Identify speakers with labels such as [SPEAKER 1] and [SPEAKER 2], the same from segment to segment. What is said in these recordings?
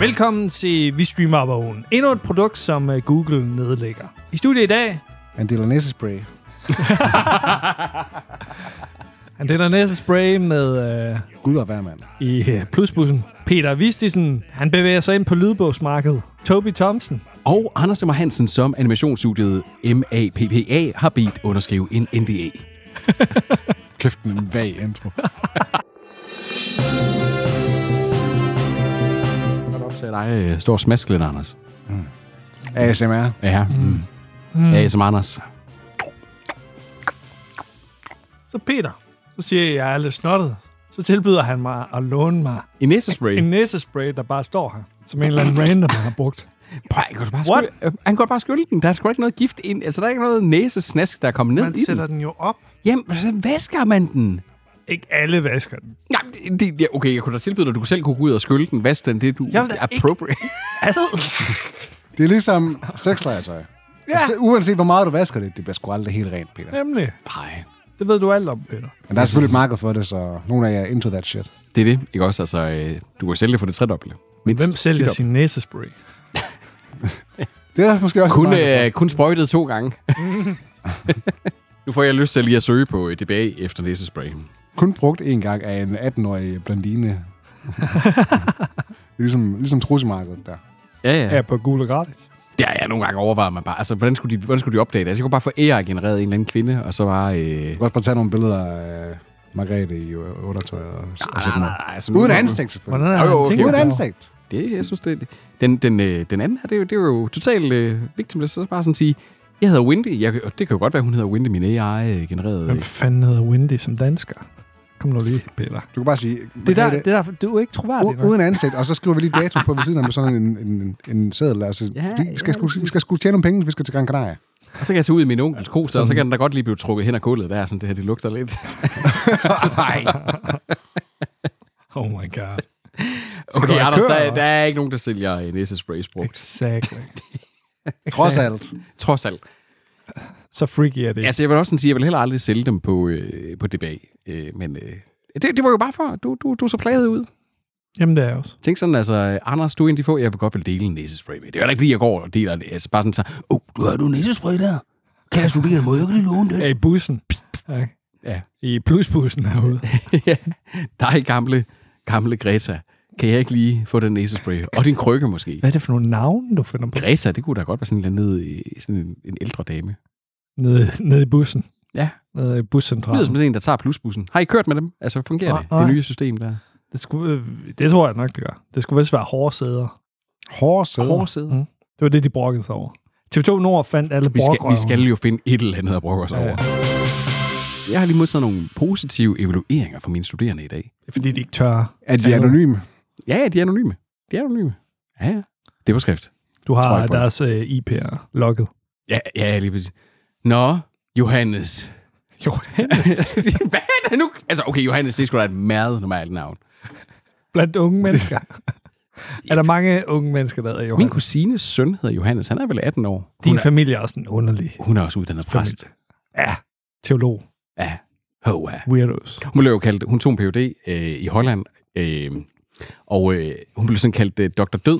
[SPEAKER 1] Velkommen til Vi Streamer Abon. Endnu et produkt, som øh, Google nedlægger. I studiet i dag,
[SPEAKER 2] En del af næsespray.
[SPEAKER 1] han deler næsespray med øh,
[SPEAKER 2] Gud og hver mand.
[SPEAKER 1] i øh, plusbussen. Peter Vistisen, han bevæger sig ind på lydbogsmarkedet. Toby Thompson,
[SPEAKER 3] Og Anders Simmer Hansen, som animationsstudiet MAPPA har bedt underskrive en NDA.
[SPEAKER 2] Kæft med en vag intro.
[SPEAKER 3] Godt op til dig, øh, står smask lidt, Anders.
[SPEAKER 2] ASMR.
[SPEAKER 3] Ja, mm. ja som Anders.
[SPEAKER 1] så Peter. Så siger jeg, at jeg er lidt snottet. Så tilbyder han mig at låne mig
[SPEAKER 3] I næsespray.
[SPEAKER 1] en næsespray, der bare står her. Som en eller anden random har brugt.
[SPEAKER 3] Prøv, han kan godt bare
[SPEAKER 1] What?
[SPEAKER 3] skylle, øh, han kan godt bare skylle den. Der er sgu ikke noget gift ind. Altså, der er ikke noget næsesnask, der er kommet ned
[SPEAKER 1] Man
[SPEAKER 3] i den.
[SPEAKER 1] sætter den jo op.
[SPEAKER 3] Jamen, så vasker man den.
[SPEAKER 1] Ikke alle vasker den.
[SPEAKER 3] Nej, det, det, ja, okay, jeg kunne da tilbyde dig, at du selv kunne gå ud og skylle den, vaske den, det er du
[SPEAKER 1] Jeg vil da ikke-
[SPEAKER 3] appropriate.
[SPEAKER 2] Det er ligesom sexlegetøj. Ja. Altså, uanset hvor meget du vasker det, det bliver sgu aldrig helt rent, Peter.
[SPEAKER 1] Nemlig.
[SPEAKER 3] Nej,
[SPEAKER 1] Det ved du alt om, Peter.
[SPEAKER 2] Men der er selvfølgelig et marked for det, så nogle af jer er into that shit.
[SPEAKER 3] det er det, ikke også? Altså, øh, du kan sælge det for det tredobbelte. Mindst
[SPEAKER 1] Hvem sælger
[SPEAKER 3] tidobbelte.
[SPEAKER 1] sin næsespray?
[SPEAKER 2] Det er der måske også
[SPEAKER 3] Kun,
[SPEAKER 2] et marked for.
[SPEAKER 3] øh, kun sprøjtet to gange. nu får jeg lyst til lige at søge på øh, DBA efter næsespray.
[SPEAKER 2] Kun brugt en gang af en 18-årig blandine. det er ligesom, ligesom trussemarkedet der.
[SPEAKER 3] Ja, ja.
[SPEAKER 1] Ja,
[SPEAKER 3] ja.
[SPEAKER 1] på gul og gratis.
[SPEAKER 3] Der er jeg nogle gange overvejet mig bare. Altså, hvordan skulle de, hvordan skulle de opdage det? Altså, jeg kunne bare få AI-genereret en eller anden kvinde, og så bare... Øh...
[SPEAKER 2] Du
[SPEAKER 3] Nej,
[SPEAKER 2] kan også bare tage nogle billeder af Margrethe i øh, undertøj og, og
[SPEAKER 3] nej,
[SPEAKER 2] sådan
[SPEAKER 3] nej,
[SPEAKER 2] noget.
[SPEAKER 3] nej, altså,
[SPEAKER 2] Uden
[SPEAKER 3] nu-
[SPEAKER 2] ansigt, selvfølgelig.
[SPEAKER 1] Hvordan er
[SPEAKER 3] Jo, jo,
[SPEAKER 1] han
[SPEAKER 3] okay,
[SPEAKER 1] tænkt
[SPEAKER 2] Uden
[SPEAKER 1] over?
[SPEAKER 2] ansigt.
[SPEAKER 3] Det, jeg synes, det, den, den, øh, den anden her, det er jo, det er jo totalt øh, victimless. Så bare sådan sige, jeg hedder Wendy. Jeg, og det kan jo godt være, hun hedder Wendy, min øh, AI-genererede.
[SPEAKER 1] Hvem fanden hedder Wendy som dansker? Kom nu lige, Peter.
[SPEAKER 2] Du kan bare sige,
[SPEAKER 1] Det der,
[SPEAKER 2] Margrethe,
[SPEAKER 1] det der, du er ikke troværdig.
[SPEAKER 2] U- uden ansigt, og så skriver vi lige dato på ved siden af med sådan en, en, en, en seddel. Altså,
[SPEAKER 3] Ja,
[SPEAKER 2] ja, vi, skal,
[SPEAKER 3] ja,
[SPEAKER 2] sgu, vi skal sgu tjene nogle penge, hvis vi skal til Gran Canaria.
[SPEAKER 3] Og så kan jeg tage ud i min onkels kos, og så kan den da godt lige blive trukket hen ad gulvet. Der er sådan, det her, det lugter lidt.
[SPEAKER 1] Altså,
[SPEAKER 2] Nej.
[SPEAKER 1] Oh my god.
[SPEAKER 3] Okay,
[SPEAKER 1] være
[SPEAKER 3] Anders,
[SPEAKER 1] køer,
[SPEAKER 3] der,
[SPEAKER 1] eller?
[SPEAKER 3] der er ikke nogen, der sælger øh, en næsesprays brugt.
[SPEAKER 1] Exactly.
[SPEAKER 2] Trods alt.
[SPEAKER 3] Trods alt.
[SPEAKER 1] Så freaky er det.
[SPEAKER 3] Altså, jeg vil også sådan sige, jeg vil heller aldrig sælge dem på, øh, på DBA. Øh, men øh, det, det var jo bare for, du, du, du så plaget ud.
[SPEAKER 1] Jamen, det er jeg også.
[SPEAKER 3] Tænk sådan, altså, Anders, du er en af de få, jeg vil godt vil dele en næsespray med. Det er jo heller ikke, fordi jeg går og deler det. Altså, bare sådan så, oh, du har du en næsespray der? Kan jeg studere, må jeg ikke lige låne
[SPEAKER 1] Er
[SPEAKER 3] den?
[SPEAKER 1] i bussen. Ja.
[SPEAKER 3] Ja.
[SPEAKER 1] I plusbussen herude.
[SPEAKER 3] ja. Dig, gamle, gamle Greta. Kan jeg ikke lige få den næsespray? Og din krykke måske.
[SPEAKER 1] Hvad er det for nogle navne, du finder på?
[SPEAKER 3] Greta, det kunne da godt være sådan en eller anden, øh, sådan en, en ældre dame.
[SPEAKER 1] Nede, nede i bussen.
[SPEAKER 3] Ja.
[SPEAKER 1] Nede i
[SPEAKER 3] Det lyder som
[SPEAKER 1] buscentralen.
[SPEAKER 3] sådan en, der tager plusbussen. Har I kørt med dem? Altså, fungerer
[SPEAKER 1] Nej,
[SPEAKER 3] det?
[SPEAKER 1] nej.
[SPEAKER 3] Det nye system der.
[SPEAKER 1] Det, skulle, øh, det tror jeg nok, det gør. Det skulle vist være hårde sæder.
[SPEAKER 2] Hårde sæder.
[SPEAKER 3] Hårsæde.
[SPEAKER 1] Det var det, de brokkede sig over. TV2 Nord fandt alle
[SPEAKER 3] Vi skal, vi
[SPEAKER 1] brokrøven.
[SPEAKER 3] skal jo finde et eller andet at brokke os
[SPEAKER 1] Ja, ja.
[SPEAKER 3] over. Jeg har lige modtaget nogle positive evalueringer fra mine studerende i dag.
[SPEAKER 1] Det er, fordi, de ikke tør.
[SPEAKER 2] Er de anonyme?
[SPEAKER 3] Ja, ja, de er anonyme. De er anonyme. Ja, ja. Det var skrift.
[SPEAKER 1] Du
[SPEAKER 2] Tror
[SPEAKER 1] har
[SPEAKER 2] jeg på det.
[SPEAKER 1] deres øh, IP'er logget.
[SPEAKER 3] Ja, ja, lige præcis. Nå, Johannes.
[SPEAKER 1] Johannes.
[SPEAKER 3] Hvad er det nu? Altså, okay, Johannes, det er sgu da et meget normalt navn.
[SPEAKER 1] Blandt unge mennesker. er der mange unge mennesker, der hedder
[SPEAKER 3] Min
[SPEAKER 1] Johannes?
[SPEAKER 3] kusines søn hedder Johannes. Han er vel 18 år.
[SPEAKER 1] Din
[SPEAKER 3] Hun er,
[SPEAKER 1] familie er også en underlig
[SPEAKER 3] hun er også uddannet præst.
[SPEAKER 1] ja, teolog.
[SPEAKER 3] Ja. Ho, ja.
[SPEAKER 1] Weirdos.
[SPEAKER 3] Hun blev jo kaldt, hun tog en PhD øh, i Holland, øh, og øh, hun blev sådan kaldt øh, Dr. Død,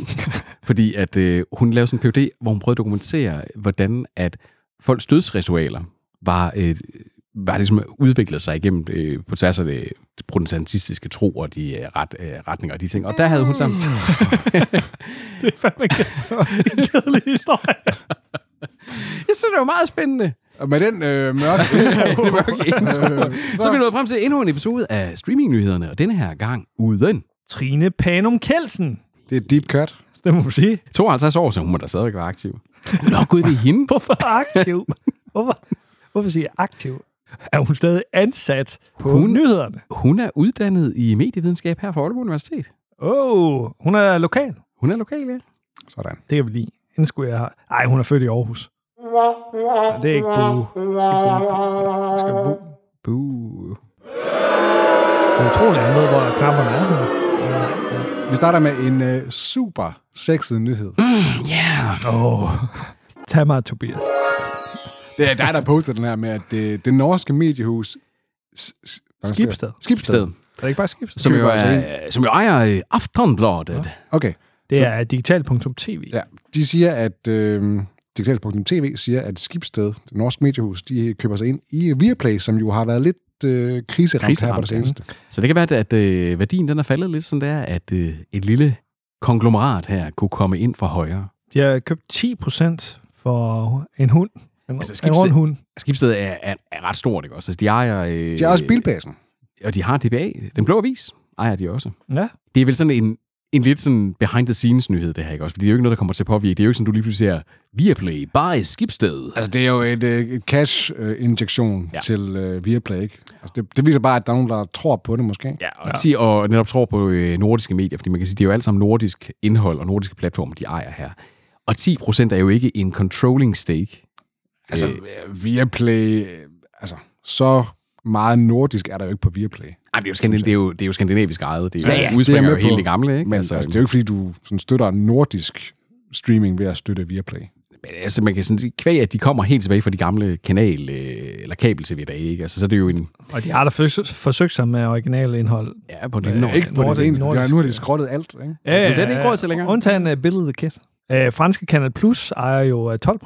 [SPEAKER 3] fordi at øh, hun lavede sådan en PhD, hvor hun prøvede at dokumentere, hvordan at folks dødsritualer var, øh, var ligesom udviklet sig igennem øh, på tværs af det protestantistiske tro og de øh, ret, øh, retninger og de ting. Og der havde hun sammen...
[SPEAKER 1] Det er fandme en kedelig historie.
[SPEAKER 3] Jeg synes, det var meget spændende.
[SPEAKER 2] Og med den øh, mørke...
[SPEAKER 3] Det var ikke en intro.
[SPEAKER 2] øh,
[SPEAKER 3] Så er vi nået frem til endnu en episode af streamingnyhederne, og denne her gang uden
[SPEAKER 1] Trine Panum Kelsen.
[SPEAKER 2] det er deep cut.
[SPEAKER 1] Det må man sige.
[SPEAKER 3] 52 år, så hun må da stadigvæk være aktiv. Nå gud, det er hende.
[SPEAKER 1] Hvorfor aktiv? Hvorfor, hvorfor siger jeg aktiv? Er hun stadig ansat på hun.
[SPEAKER 3] Hun-
[SPEAKER 1] nyhederne?
[SPEAKER 3] Hun er uddannet i medievidenskab her fra Aalborg Universitet.
[SPEAKER 1] Åh, oh, hun er lokal.
[SPEAKER 3] Hun er lokal, ja.
[SPEAKER 2] Sådan.
[SPEAKER 1] Det kan vi lide. Hende skulle jeg have. Ej, hun er født i Aarhus. Ja, det er ikke bue. Det er ikke bue. Skal bue.
[SPEAKER 3] Buh.
[SPEAKER 1] Det er utroligt, han ved, hvor knapperne er henne.
[SPEAKER 2] Vi starter med en øh, super sexet nyhed.
[SPEAKER 3] Yeah.
[SPEAKER 1] Åh, oh. tag mig, Tobias.
[SPEAKER 2] Det er dig, der postede den her med, at det, det norske mediehus... S- s- hvordan siger jeg?
[SPEAKER 1] Skibsted.
[SPEAKER 2] Skibsted.
[SPEAKER 1] Er det ikke bare Skibsted?
[SPEAKER 3] Som, jo
[SPEAKER 2] Køber altså
[SPEAKER 3] er, som jo ejer øh, Aftonbladet. Ja.
[SPEAKER 2] Okay.
[SPEAKER 1] Det er digital.tv.
[SPEAKER 2] Ja, de siger, at øh, digital.tv siger, at Skibsted, det norske mediehus, de køber sig ind i Viaplay, som jo har været lidt øh, kriseramt, her på det
[SPEAKER 3] Kriseramt, ja.
[SPEAKER 2] seneste.
[SPEAKER 3] Så det kan være, at øh, værdien den er faldet lidt sådan der, at øh, et lille konglomerat her kunne komme ind fra højre.
[SPEAKER 1] De har købt 10 for en hund. En,
[SPEAKER 3] Altså,
[SPEAKER 1] altså,
[SPEAKER 3] skal
[SPEAKER 1] en
[SPEAKER 3] vi
[SPEAKER 1] rund
[SPEAKER 3] se-
[SPEAKER 1] hund.
[SPEAKER 3] Skibsted er, er, er ret stort, ikke også? Altså, de ejer... Øh,
[SPEAKER 2] De har også bilbasen.
[SPEAKER 3] Og de har DBA. Den blå avis ejer de også.
[SPEAKER 1] Ja.
[SPEAKER 3] Det er vel sådan en, en lidt sådan behind-the-scenes-nyhed, det her, ikke også? Fordi det er jo ikke noget, der kommer til at påvirke. Det er jo ikke sådan, du lige pludselig ser, Viaplay, bare Skibsted.
[SPEAKER 2] Altså, det er jo et, øh, et cash-injektion
[SPEAKER 3] Ja.
[SPEAKER 2] ja. til øh, Viaplay, ikke? Altså, det, det viser bare, at der er nogen, der tror på det, måske.
[SPEAKER 3] Ja, og, ja. Sige, og netop tror på øh, nordiske medier, fordi man kan sige, det er jo alt sammen nordisk indhold og nordiske platformer, de ejer her. Og 10 procent er jo ikke en controlling stake.
[SPEAKER 2] Altså, øh, Viaplay... øh, Altså, så meget nordisk er der jo ikke på Viaplay.
[SPEAKER 3] Ej, det, er jo skandin- det, er jo, det er jo skandinavisk ejet. Det er jo,
[SPEAKER 2] Ja, ja,
[SPEAKER 3] ja,
[SPEAKER 2] det
[SPEAKER 3] ja,
[SPEAKER 2] er
[SPEAKER 3] udspringer
[SPEAKER 2] jeg
[SPEAKER 3] det
[SPEAKER 2] med
[SPEAKER 3] jo hele
[SPEAKER 2] på.
[SPEAKER 3] det gamle, ikke?
[SPEAKER 2] Men altså, altså, det er jo ikke, fordi du sådan, støtter nordisk streaming ved at støtte Viaplay.
[SPEAKER 3] Men altså, man kan sådan sige, kvæg, at de kommer helt tilbage fra de gamle kanal- øh, eller kabel-tv-dage, ikke? Altså, så er det jo en...
[SPEAKER 1] Og de har da forsøg, forsøgt sig med originale indhold.
[SPEAKER 3] Ja, på det
[SPEAKER 1] Ja,
[SPEAKER 3] nordiske.
[SPEAKER 2] Ikke på det
[SPEAKER 1] nordisk-
[SPEAKER 2] eneste.
[SPEAKER 1] nordisk-
[SPEAKER 2] Ja, nu har de skrottet alt, ikke?
[SPEAKER 1] Ja,
[SPEAKER 3] det er det ikke råd til længere.
[SPEAKER 1] Øh, Undtagen uh, Billed the Kid. Uh, franske Kanal Plus ejer jo uh, 12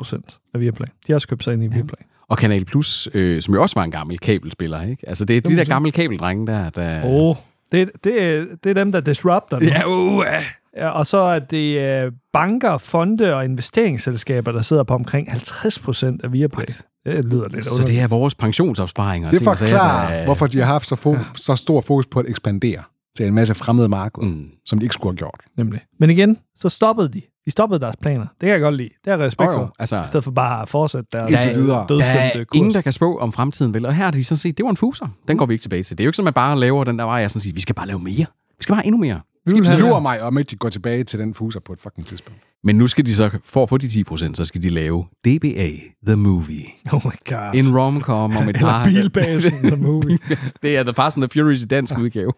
[SPEAKER 1] af Viaplay. De har også købt sig ind i Viaplay.
[SPEAKER 3] Og Kanal Plus, øh, som jo også var en gammel kabelspiller, ikke? Altså, det er de der gamle kabeldrenge der, der...
[SPEAKER 1] Åh, oh, det, det, det er dem, der disrupter nu.
[SPEAKER 3] Ja, uh, ja.
[SPEAKER 1] Ja, og så er det uh, banker, fonde og investeringsselskaber, der sidder på omkring 50 af Viaplay. Det lyder lidt
[SPEAKER 3] Så det er vores pensionsopsparinger. og
[SPEAKER 2] Det
[SPEAKER 3] ting og sager, der
[SPEAKER 2] forklarer,
[SPEAKER 3] er-
[SPEAKER 2] hvorfor de har haft så, fo- så stor fokus på at ekspandere til en masse fremmede markeder,
[SPEAKER 3] Mm.
[SPEAKER 2] som de ikke skulle have gjort.
[SPEAKER 1] Nemlig. Men igen, så stoppede de. De stoppede deres planer. Det kan jeg godt lide. Det har jeg respekt
[SPEAKER 3] Jo, jo,
[SPEAKER 1] for.
[SPEAKER 3] altså-
[SPEAKER 1] I stedet for bare at fortsætte deres
[SPEAKER 2] Indtil videre.
[SPEAKER 3] Der er
[SPEAKER 1] dødstømte øh, kurs.
[SPEAKER 3] ingen, der kan spå om fremtiden, vel? Og her har de sådan set, det var en fuser. Den går vi ikke tilbage til. Det er jo ikke sådan, man bare laver den der vej, jeg sådan siger, vi skal bare lave mere. Vi skal bare have endnu mere.
[SPEAKER 1] Vi vil
[SPEAKER 2] De
[SPEAKER 1] have-
[SPEAKER 2] lurer mig om, at de går tilbage til den fuser på et fucking tidspunkt.
[SPEAKER 3] Men nu skal de så, for at få de 10%, så skal de lave DBA, The Movie.
[SPEAKER 1] Oh my god.
[SPEAKER 3] En romcom om et
[SPEAKER 1] Eller
[SPEAKER 3] par...
[SPEAKER 1] bilbasen, the movie.
[SPEAKER 3] det er The Fast and the Furious i dansk udgave.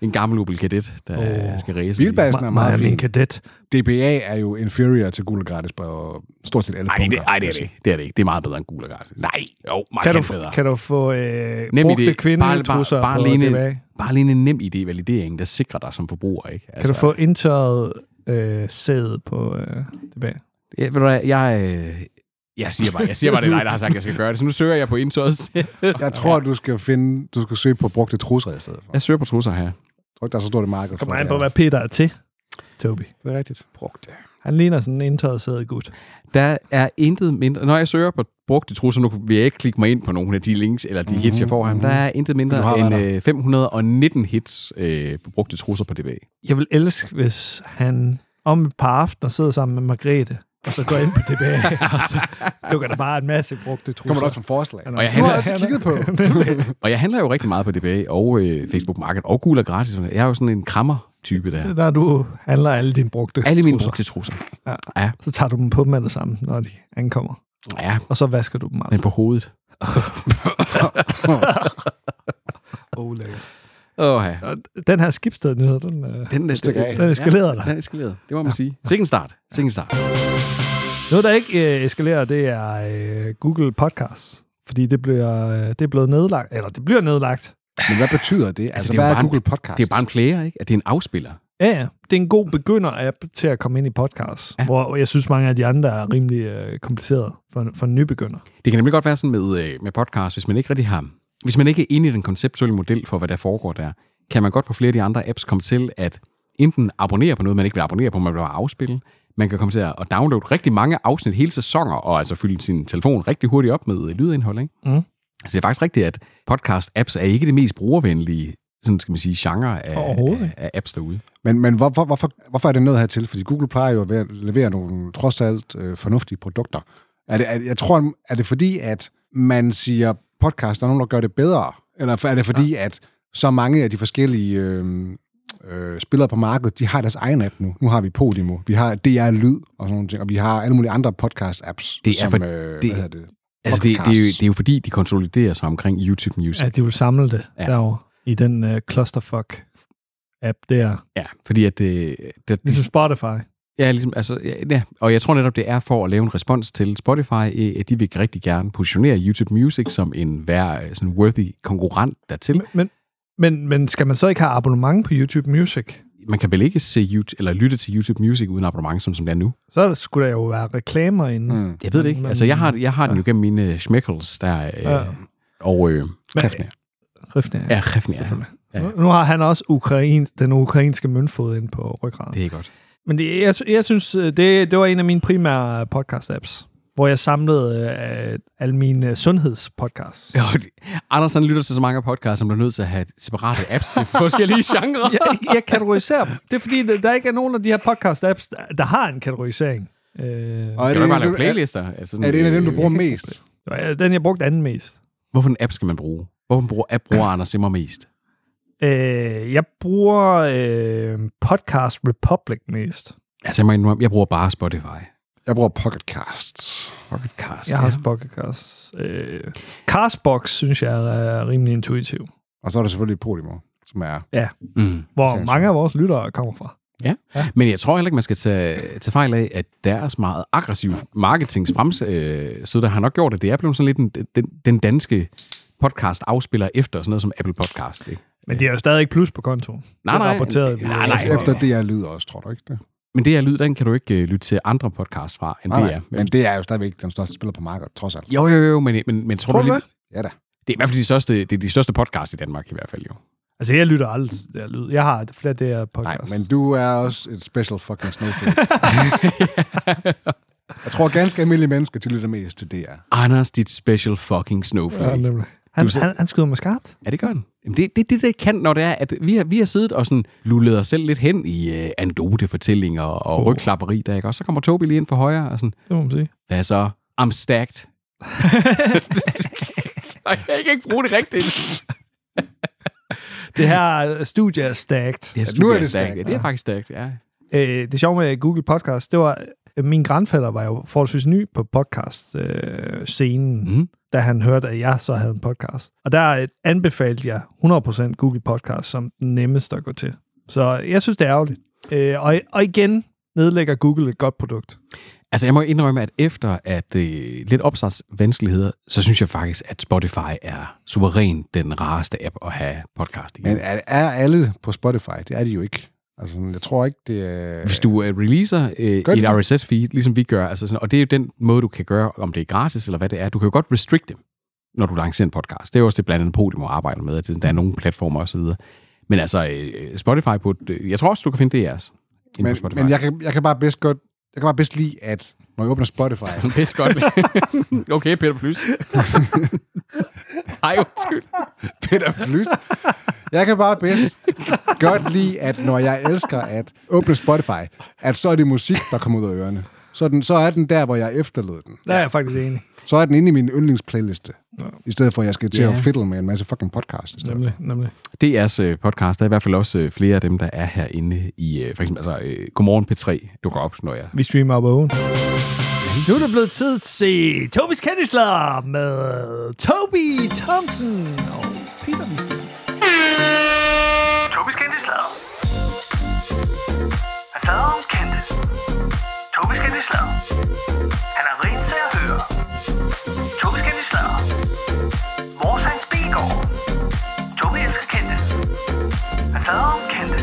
[SPEAKER 3] En gammel Opel Kadett, der
[SPEAKER 1] Åh.
[SPEAKER 3] skal ræse.
[SPEAKER 2] Bilbasen er
[SPEAKER 1] Mig
[SPEAKER 2] meget
[SPEAKER 1] og min
[SPEAKER 2] fin.
[SPEAKER 1] kadet.
[SPEAKER 2] DBA er jo inferior til gul og gratis på stort set alle
[SPEAKER 3] Nej, det,
[SPEAKER 2] punkter.
[SPEAKER 3] ej, det er det ikke. Det er det ikke. Det er meget bedre end gul og gratis. Nej. Jo, meget
[SPEAKER 1] Kan du,
[SPEAKER 3] bedre.
[SPEAKER 1] kan du få øh,
[SPEAKER 3] Nem
[SPEAKER 1] brugte
[SPEAKER 3] idé.
[SPEAKER 1] kvindetrusser på
[SPEAKER 3] alene-
[SPEAKER 1] DBA?
[SPEAKER 3] bare alene en nem idé validering, der sikrer dig som forbruger. Ikke? Altså,
[SPEAKER 1] Kan du få indtørret øh, sæde på øh, DBA?
[SPEAKER 3] Ja, ved du hvad, jeg, øh, jeg siger bare, jeg siger bare det er dig, der har sagt, at jeg skal gøre det. Så nu søger jeg på indtøjet.
[SPEAKER 2] Jeg tror, du skal finde, du skal søge på brugte trusser i stedet for. Jeg
[SPEAKER 3] Jeg søger på trusser her.
[SPEAKER 2] tror ikke, der er så stort et marked for
[SPEAKER 1] Kom an
[SPEAKER 2] det.
[SPEAKER 1] på, hvad Peter er til, Toby.
[SPEAKER 2] Det er rigtigt.
[SPEAKER 3] Brugte.
[SPEAKER 1] Han ligner sådan en indtørret sæde gut.
[SPEAKER 3] Der er intet mindre... Når jeg søger på brugte trusser, nu vil jeg ikke klikke mig ind på nogle af de links, eller de hits, jeg får her, men der er intet
[SPEAKER 2] Du har
[SPEAKER 3] mindre
[SPEAKER 2] været
[SPEAKER 3] end øh, 519 hits øh, på brugte trusser på DB.
[SPEAKER 1] Jeg vil elske, hvis han om et par aftener sidder sammen med Margrethe, og så går ind på DBA, og så dukker der bare en masse brugte trusser.
[SPEAKER 2] Kommer der også som forslag?
[SPEAKER 1] Han er-
[SPEAKER 3] Og jeg
[SPEAKER 2] Du har
[SPEAKER 3] handler-
[SPEAKER 2] også
[SPEAKER 1] han er-
[SPEAKER 2] kigget på.
[SPEAKER 3] Og jeg handler jo rigtig meget på DB og øh, Facebook Market og gul og gratis. Jeg er jo sådan en krammer-type der.
[SPEAKER 1] Der du handler alle dine brugte
[SPEAKER 3] Alle mine
[SPEAKER 1] trusser.
[SPEAKER 3] brugte trusser.
[SPEAKER 1] Så tager du dem på med det samme, når de ankommer.
[SPEAKER 3] Ja,
[SPEAKER 1] Og så vasker du dem op.
[SPEAKER 3] men på hovedet.
[SPEAKER 1] Oh, lækkert.
[SPEAKER 3] Åh, ja.
[SPEAKER 1] Og den her skibstednyhed, den, øh,
[SPEAKER 3] Den, den,
[SPEAKER 2] stikker af.
[SPEAKER 1] den eskalerede dig.
[SPEAKER 3] Ja, den eskalerede. Det må man sige. Sikke en start. Sikke en start.
[SPEAKER 1] Noget, der ikke øh, eskalerer, det er øh, Google Podcasts. Fordi det, bliver, øh, det er blevet nedlagt. Eller det bliver nedlagt.
[SPEAKER 2] Men hvad betyder det? Altså,
[SPEAKER 3] det er jo
[SPEAKER 2] hvad er
[SPEAKER 3] bare en-
[SPEAKER 2] Google Podcast?
[SPEAKER 3] Det er jo bare en player, ikke? At det er en afspiller.
[SPEAKER 1] Ja, ja. Det er en god begynder-app til at komme ind i podcasts. Ja. Hvor jeg synes, mange af de andre er rimelig øh, komplicerede for, en- for en nybegynder.
[SPEAKER 3] Det kan nemlig godt være sådan med, øh, med podcast, hvis man ikke rigtig har... Hvis man ikke er inde i den konceptuelle model for, hvad der foregår der, kan man godt på flere af de andre apps komme til at enten abonnere på noget, man ikke vil abonnere på, man vil bare afspille. Man kan komme til at at downloade rigtig mange afsnit hele sæsoner, og altså fylde sin telefon rigtig hurtigt op med øh, lydindhold, ikke?
[SPEAKER 1] Mm.
[SPEAKER 3] Så det er faktisk rigtigt, at podcast-apps er ikke det mest brugervenlige sådan skal man sige, genre af,
[SPEAKER 1] Overhovedet
[SPEAKER 3] af,
[SPEAKER 1] ikke.
[SPEAKER 3] af apps derude.
[SPEAKER 2] Men, men hvorfor, hvorfor, hvorfor er det noget hertil? Fordi Google plejer jo at være- levere nogle trods alt øh, fornuftige produkter. Er det, er, jeg tror, er det fordi, at man siger, podcast der er nogen, der gør det bedre? Eller er det fordi, ja. at så mange af de forskellige øh, øh, spillere på markedet, de har deres egen app nu. Nu har vi Podimo, vi har DR Lyd og sådan nogle ting, og vi har alle mulige andre podcast-apps,
[SPEAKER 3] Det er
[SPEAKER 2] som,
[SPEAKER 3] for-
[SPEAKER 2] øh, hvad
[SPEAKER 3] det-
[SPEAKER 2] hedder det?
[SPEAKER 3] Altså, det, det, er jo,
[SPEAKER 2] Podcasts.
[SPEAKER 3] det er jo fordi, de konsoliderer sig omkring YouTube Music.
[SPEAKER 1] At de vil samle det
[SPEAKER 3] Ja.
[SPEAKER 1] ja. derovre i den øh, clusterfuck-app der.
[SPEAKER 3] Ja, fordi at øh, det... det
[SPEAKER 1] Ligesom Spotify.
[SPEAKER 3] ja, ligesom, altså, ja, ja, og jeg tror netop, det er for at lave en respons til Spotify, øh, at de vil rigtig gerne positionere YouTube Music som en vær, øh, sådan worthy konkurrent dertil.
[SPEAKER 1] Men, men, men skal man så ikke have abonnement på YouTube Music?
[SPEAKER 3] man kan vel ikke se YouTube, eller lytte til YouTube Music uden abonnement, som, som det er nu?
[SPEAKER 1] Så skulle der jo være reklamer inde. Mm.
[SPEAKER 3] Jeg ved det ikke.
[SPEAKER 1] Men-
[SPEAKER 3] Altså, jeg har, jeg har den jo gennem mine schmeckles der. Øh,
[SPEAKER 1] Ja.
[SPEAKER 3] Og øh,
[SPEAKER 2] Kæft, ja.
[SPEAKER 1] Riften,
[SPEAKER 3] ja, kræften, ja.
[SPEAKER 1] Selvfølgelig.
[SPEAKER 3] Ja.
[SPEAKER 1] Nu- Nu har han også ukrain, den ukrainske møntfod ind på ryggraden.
[SPEAKER 3] Det er godt.
[SPEAKER 1] Men det, jeg, jeg synes, øh, det, det var en af mine primære podcast-apps, hvor jeg samlede øh, alle mine øh, sundhedspodcasts.
[SPEAKER 3] Jo, det- Anders han lytter til så mange podcasts, som bliver nødt til at have separate apps til forskellige genrer.
[SPEAKER 1] Jeg, jeg kategoriserer dem. Det er fordi, der der ikke er nogen af de her podcast-apps, der, der har en kategorisering. Øh,
[SPEAKER 2] Og er
[SPEAKER 3] Kan
[SPEAKER 2] det,
[SPEAKER 3] du ikke
[SPEAKER 2] en,
[SPEAKER 3] bare lave
[SPEAKER 2] er,
[SPEAKER 3] playlister? Altså sådan,
[SPEAKER 2] er det en af dem, du
[SPEAKER 3] øh,
[SPEAKER 2] bruger mest?
[SPEAKER 1] og, øh, den, jeg brugte anden mest.
[SPEAKER 3] Hvorfor en app skal man bruge? Hvorfor bruger, app bruger Anders Simmer mest?
[SPEAKER 1] Øh, jeg bruger øh, Podcast Republic mest.
[SPEAKER 3] Altså, jeg må indrømme, jeg bruger bare Spotify.
[SPEAKER 2] Jeg bruger Pocketcasts.
[SPEAKER 3] Podcast.
[SPEAKER 1] Jeg har også Podcast. Øh, Castbox synes jeg er rimelig intuitiv,
[SPEAKER 2] Og så er der selvfølgelig Podimo, som er...
[SPEAKER 3] Mm.
[SPEAKER 1] hvor
[SPEAKER 2] Sindssygt.
[SPEAKER 1] mange af vores lyttere kommer fra.
[SPEAKER 3] Men jeg tror heller ikke, man skal tage, tage fejl af, at deres meget aggressive marketings fremstød, der har nok gjort, at det er blevet sådan lidt den, den, den danske podcast afspiller efter sådan noget som Apple Podcast. Ikke?
[SPEAKER 1] Men de har jo stadig ikke plus på kontoen.
[SPEAKER 3] Nej,
[SPEAKER 1] Det
[SPEAKER 3] nej.
[SPEAKER 1] rapporterede vi.
[SPEAKER 3] Nej, nej.
[SPEAKER 2] Efter det er lyd også, tror du ikke det?
[SPEAKER 3] Men det her lyd, den kan du ikke øh, lytte til andre podcasts fra, end det er.
[SPEAKER 2] Men det er jo stadigvæk den største spiller på markedet, trods alt.
[SPEAKER 3] Jo, jo, jo, men, men, men tror,
[SPEAKER 1] Tror
[SPEAKER 3] du
[SPEAKER 1] du
[SPEAKER 3] lidt...
[SPEAKER 2] Ja da.
[SPEAKER 3] Det er i hvert fald de største, det er de største podcast i Danmark i hvert fald jo.
[SPEAKER 1] Altså, jeg lytter aldrig til det her lyd. Jeg har flere af det her
[SPEAKER 2] Nej,
[SPEAKER 1] podcast.
[SPEAKER 2] men du er også et special fucking snowflake. jeg tror, ganske almindelige mennesker, de lytter mest til DR.
[SPEAKER 3] Anders, dit special fucking snowflake.
[SPEAKER 1] Ja, nemlig. Han,
[SPEAKER 3] Du sidder-
[SPEAKER 1] han, han skyder mig skarpt.
[SPEAKER 3] Ja, det gør den. Jamen, det er det, det, det kan, når det er, at vi har, vi har siddet og sådan lullet os selv lidt hen i øh, anekdotefortællinger og oh. rygklapperi, der, ikke? Og så kommer Tobi lige ind for højre og sådan,
[SPEAKER 1] Det må man sige.
[SPEAKER 3] hvad så? I'm stacked. og jeg kan ikke bruge det rigtigt.
[SPEAKER 1] Det her studie er stacked.
[SPEAKER 3] Det
[SPEAKER 2] Ja, nu er det stacked,
[SPEAKER 3] Ja, det er faktisk stacked, ja.
[SPEAKER 1] Øh, det sjove med Google Podcast, det var, øh, min grandfætter var jo forholdsvis ny på podcast-scenen, øh, scenen,
[SPEAKER 2] Mhm.
[SPEAKER 3] Mm.
[SPEAKER 1] da han hørte, at jeg så havde en podcast. Og der øh, anbefalte jeg 100% Google Podcast som den nemmeste at gå til. Så jeg synes, det er ærgerligt. Øh, og, og igen nedlægger Google et godt produkt.
[SPEAKER 3] Altså, jeg må indrømme, at efter at øh, lidt opstartsvanskeligheder, så synes jeg faktisk, at Spotify er suveræn den rareste app at have podcast i.
[SPEAKER 2] Men er, er alle på Spotify? Det er de jo ikke. Altså, sådan, jeg tror ikke, det er...
[SPEAKER 3] Hvis du øh, releaser øh,
[SPEAKER 2] Gør det
[SPEAKER 3] et
[SPEAKER 2] så.
[SPEAKER 3] RSS-feed, ligesom vi gør, altså sådan, og det er jo den måde, du kan gøre, om det er gratis eller hvad det er. Du kan jo godt restricte dem, når du lancerer en podcast. Det er jo også det, blandt andet Podimo arbejder med, at der er nogle platformer osv. Men altså, øh, Spotify på et, øh, Jeg tror også, du kan finde DR's. inde på
[SPEAKER 2] men,
[SPEAKER 3] Spotify.
[SPEAKER 2] men jeg, kan, jeg kan bare bedst godt... Jeg kan bare bedst lide, at når jeg åbner Spotify,
[SPEAKER 3] Pisse godt. okay, Peter Plys. Ej, undskyld.
[SPEAKER 2] Peter Plys. Jeg kan bare bedst godt lide, at når jeg elsker at åbne Spotify, at så er det musik, der kommer ud af ørerne. Så er, den, så er den der, hvor jeg efterlod den.
[SPEAKER 1] Der er jeg faktisk enig.
[SPEAKER 2] Så er den inde i min yndlingsplayliste. I stedet for, at jeg skal til
[SPEAKER 3] Ja.
[SPEAKER 2] at fiddle med en masse fucking podcast. I stedet for.
[SPEAKER 1] Nemlig, nemlig.
[SPEAKER 3] DR's øh, podcast, der er i hvert fald også øh, flere af dem, der er herinde i, øh, for eksempel, altså, øh, Godmorgen P3 dukker op, når jeg...
[SPEAKER 1] Vi streamer op oven. Nu er det blevet tid til Tobis Kendislader med Toby Thompson og Peter Vistesen.
[SPEAKER 4] Tobis kendte slader. Han fader om kendte. Tobis kendte slader. Han er rent til at høre. Tobis kendte slader. Mors hans bilgård. Tobi elsker kendte. Han fader om kendte.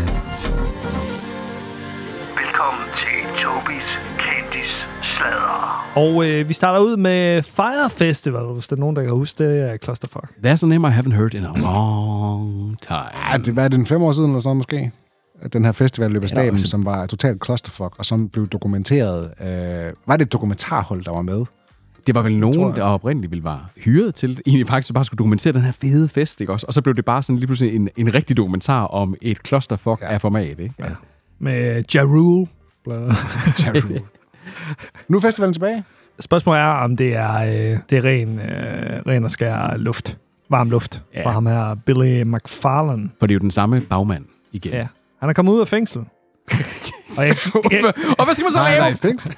[SPEAKER 4] Velkommen til Tobis kendis slader.
[SPEAKER 1] Og øh, vi starter ud med Fire Festival, hvis der er nogen, der kan huske det er Clusterfuck.
[SPEAKER 3] That's a name I haven't heard in a long time.
[SPEAKER 2] Ja, det var den fem år siden eller så måske, at den her festival løb af
[SPEAKER 3] Ja, der var
[SPEAKER 2] staben,
[SPEAKER 3] sim-
[SPEAKER 2] som var totalt clusterfuck, og som blev dokumenteret. Øh, var det et dokumentarhold, der var med?
[SPEAKER 3] Det var vel nogen, der oprindeligt ville være hyret til, egentlig faktisk bare skulle dokumentere den her fede fest, ikke også? Og så blev det bare sådan lige pludselig en, en rigtig dokumentar om et clusterfuck ja. af format, ikke? Ja.
[SPEAKER 1] Med Ja Rule. blandt andet.
[SPEAKER 2] nu er festivalen tilbage.
[SPEAKER 1] Spørgsmålet er, om det er, øh, det er ren, øh, ren og skær luft. Varm luft
[SPEAKER 3] Ja.
[SPEAKER 1] ja. fra ham her, Billy McFarlane.
[SPEAKER 3] For det er jo den samme bagmand igen.
[SPEAKER 1] Ja. Han er kommet ud af fængsel. Og jeg, jeg,
[SPEAKER 3] Og hvad skal man så
[SPEAKER 2] Nej,
[SPEAKER 3] lave?
[SPEAKER 2] nej, i fængsel.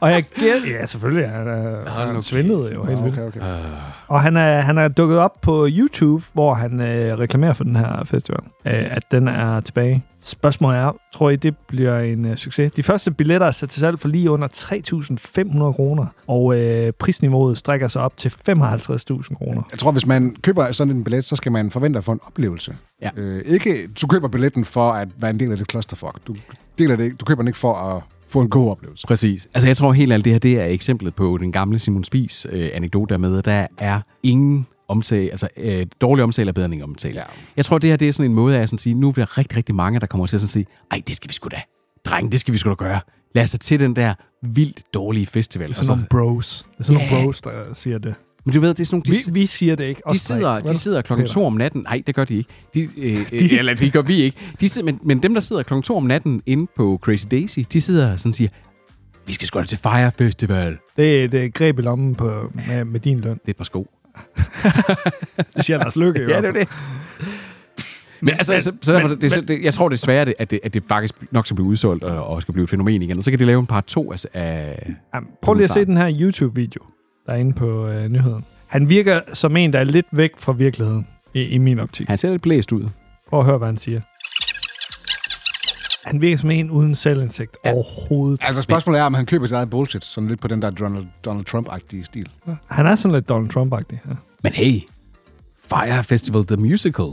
[SPEAKER 1] og jeg gæld, ja, selvfølgelig. Han, er,
[SPEAKER 3] nu
[SPEAKER 1] han
[SPEAKER 3] kæft.
[SPEAKER 1] svindlede jo helt vildt.
[SPEAKER 2] Okay, okay.
[SPEAKER 3] Øh.
[SPEAKER 1] Og han er, han er dukket op på YouTube, hvor han øh, reklamerer for den her festival, øh, at den er tilbage. Spørgsmålet er, tror I, det bliver en øh, succes? De første billetter er sat til salg for lige under 3.500 kroner, og øh, prisniveauet strækker sig op til 55.000 kroner.
[SPEAKER 2] Jeg tror, hvis man køber sådan en billet, så skal man forvente at få en oplevelse.
[SPEAKER 3] Ja.
[SPEAKER 2] Øh, ikke, du køber billetten for at være en del af det clusterfuck. Du, deler det, ikke- du køber den ikke for at få en god oplevelse.
[SPEAKER 3] Præcis. Altså, jeg tror helt alt det her, det er eksemplet på den gamle Simon Spies øh, anekdote der med, at der er ingen omtale, altså øh, dårlig omtale er bedre end ingen omtale.
[SPEAKER 2] Ja.
[SPEAKER 3] Jeg tror, det her det er sådan en måde af at sådan sige, nu er der rigtig, rigtig mange, der kommer til at sådan sige, ej, det skal vi sgu da. Dreng, det skal vi sgu da gøre. Lad os tage til den der vildt dårlige festival.
[SPEAKER 1] Det er
[SPEAKER 3] Og
[SPEAKER 1] sådan nogle
[SPEAKER 3] så,
[SPEAKER 1] bros. Det er sådan
[SPEAKER 3] Altså- Ja.
[SPEAKER 1] nogle bros, der siger det.
[SPEAKER 3] men du ved, det er sådan nogle, de,
[SPEAKER 1] Vi, vi siger det ikke.
[SPEAKER 3] de
[SPEAKER 1] Os tre,
[SPEAKER 3] sidder,
[SPEAKER 1] vel?
[SPEAKER 3] de sidder klokken
[SPEAKER 1] Peter.
[SPEAKER 3] to om natten. Nej, det gør de ikke. De, øh, de, eller det gør vi ikke. De sidder, men, men dem, der sidder klokken to om natten inde på Crazy Daisy, de sidder og sådan siger, vi skal sgu da til Fire Festival.
[SPEAKER 1] Det, er- det er greb i lommen på, med, med din løn.
[SPEAKER 3] Det er et par sko.
[SPEAKER 1] Det siger Lars Lykke. i hvert fald.
[SPEAKER 3] det. Men altså, altså så derfor, det, det, det, jeg tror desværre, det, at, det, at det faktisk nok skal blive udsolgt og, og skal blive et fænomen igen. Og så kan de lave en par to altså, af...
[SPEAKER 1] Jamen, prøv lige at se den her YouTube-video, der er inde på øh, nyheden. Han virker som en, der er lidt væk fra virkeligheden, i, i min optik.
[SPEAKER 3] Han ser lidt blæst ud.
[SPEAKER 1] Prøv at høre, hvad han siger. Han virker som en uden selvindsigt ja.
[SPEAKER 3] Ja.
[SPEAKER 1] overhovedet.
[SPEAKER 2] Altså spørgsmålet er, om han køber sit eget bullshit, sådan lidt på den der Donald, Donald Trump-agtige stil.
[SPEAKER 1] Han er sådan lidt Donald Trump-agtig. Ja.
[SPEAKER 3] Men hey, Fire Festival The Musical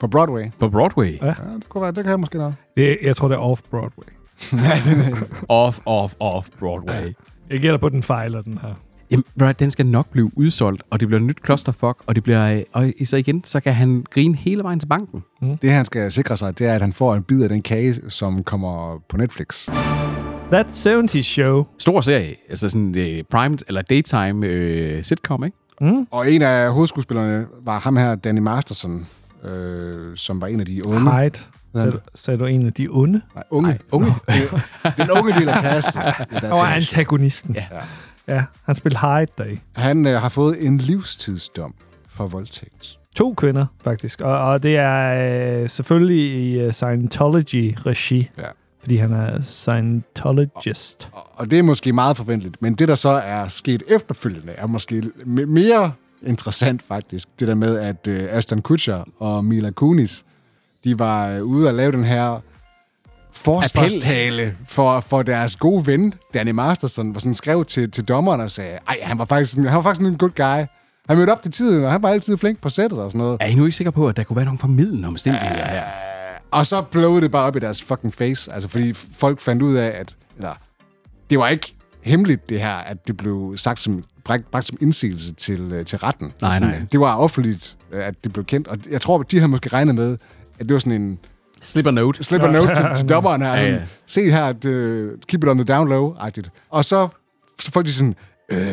[SPEAKER 2] På Broadway.
[SPEAKER 3] på Broadway.
[SPEAKER 1] Ja.
[SPEAKER 2] Ja, det kunne være, det kan jeg måske nok.
[SPEAKER 1] Det, jeg tror, det er off-Broadway.
[SPEAKER 2] ja, det er
[SPEAKER 3] Off, off, off Broadway. Ja.
[SPEAKER 1] Jeg gætter på, at den fejler, den her.
[SPEAKER 3] Jamen, ved du hvad, den skal nok blive udsolgt, og det bliver et nyt clusterfuck, og det bliver... øh, Og så igen, så kan han grine hele vejen til banken.
[SPEAKER 2] Det, han skal sikre sig, det er, at han får en bid af den kage, som kommer på Netflix.
[SPEAKER 1] That 70's Show.
[SPEAKER 3] Stor serie, altså sådan øh, primed eller daytime øh, sitcom, ikke?
[SPEAKER 2] Og en af hovedskuespillerne var ham her, Danny Masterson, øh, som var en af de unge.
[SPEAKER 1] Hyde.
[SPEAKER 2] Hvad?
[SPEAKER 1] Sagde- Sagde du en af de onde?
[SPEAKER 2] Nej, unge.
[SPEAKER 3] Nej, unge.
[SPEAKER 2] Den unge del af kassen.
[SPEAKER 1] Og antagonisten.
[SPEAKER 3] Ja.
[SPEAKER 1] ja. Han spillede Hyde deri.
[SPEAKER 2] Han øh, har fået en livstidsdom for voldtægt.
[SPEAKER 1] To kvinder, faktisk. Og, og det er øh, selvfølgelig i øh, Scientology-regi.
[SPEAKER 2] Ja.
[SPEAKER 1] Fordi han er Scientologist.
[SPEAKER 2] Og- Og det er måske meget forventeligt, men det, der så er sket efterfølgende, er måske me- mere interessant faktisk. Det der med, at øh, Aston Kutcher og Mila Kunis, de var øh, ude og lave den her forsvarstale for, for deres gode ven, Danny Masterson, hvor sådan skrev til, til dommeren og sagde, ej, han var faktisk, sådan- han var faktisk en good guy. Han mødte op til tiden, og han var altid flink på sættet og sådan noget.
[SPEAKER 3] Er I nu ikke sikre på, at der kunne være nogle formidlende omstændigheder her?
[SPEAKER 2] Og så blowede det bare op i deres fucking face. Altså, fordi folk fandt ud af, at... Eller, det var ikke hemmeligt, det her, at det blev sagt som, bragt, bragt som indsigelse til, øh, til retten.
[SPEAKER 3] Nej,
[SPEAKER 2] sådan,
[SPEAKER 3] nej.
[SPEAKER 2] øh, Det var offentligt, øh, at det blev kendt. Og jeg tror, de havde måske regnet med, at det var sådan en
[SPEAKER 3] Slip a note.
[SPEAKER 2] slip and note til, til dommeren her.
[SPEAKER 3] Ja,
[SPEAKER 2] Sådan,
[SPEAKER 3] ja.
[SPEAKER 2] Se her, at, uh, keep it on the down low-agtigt. Og så, så får de sådan, øh,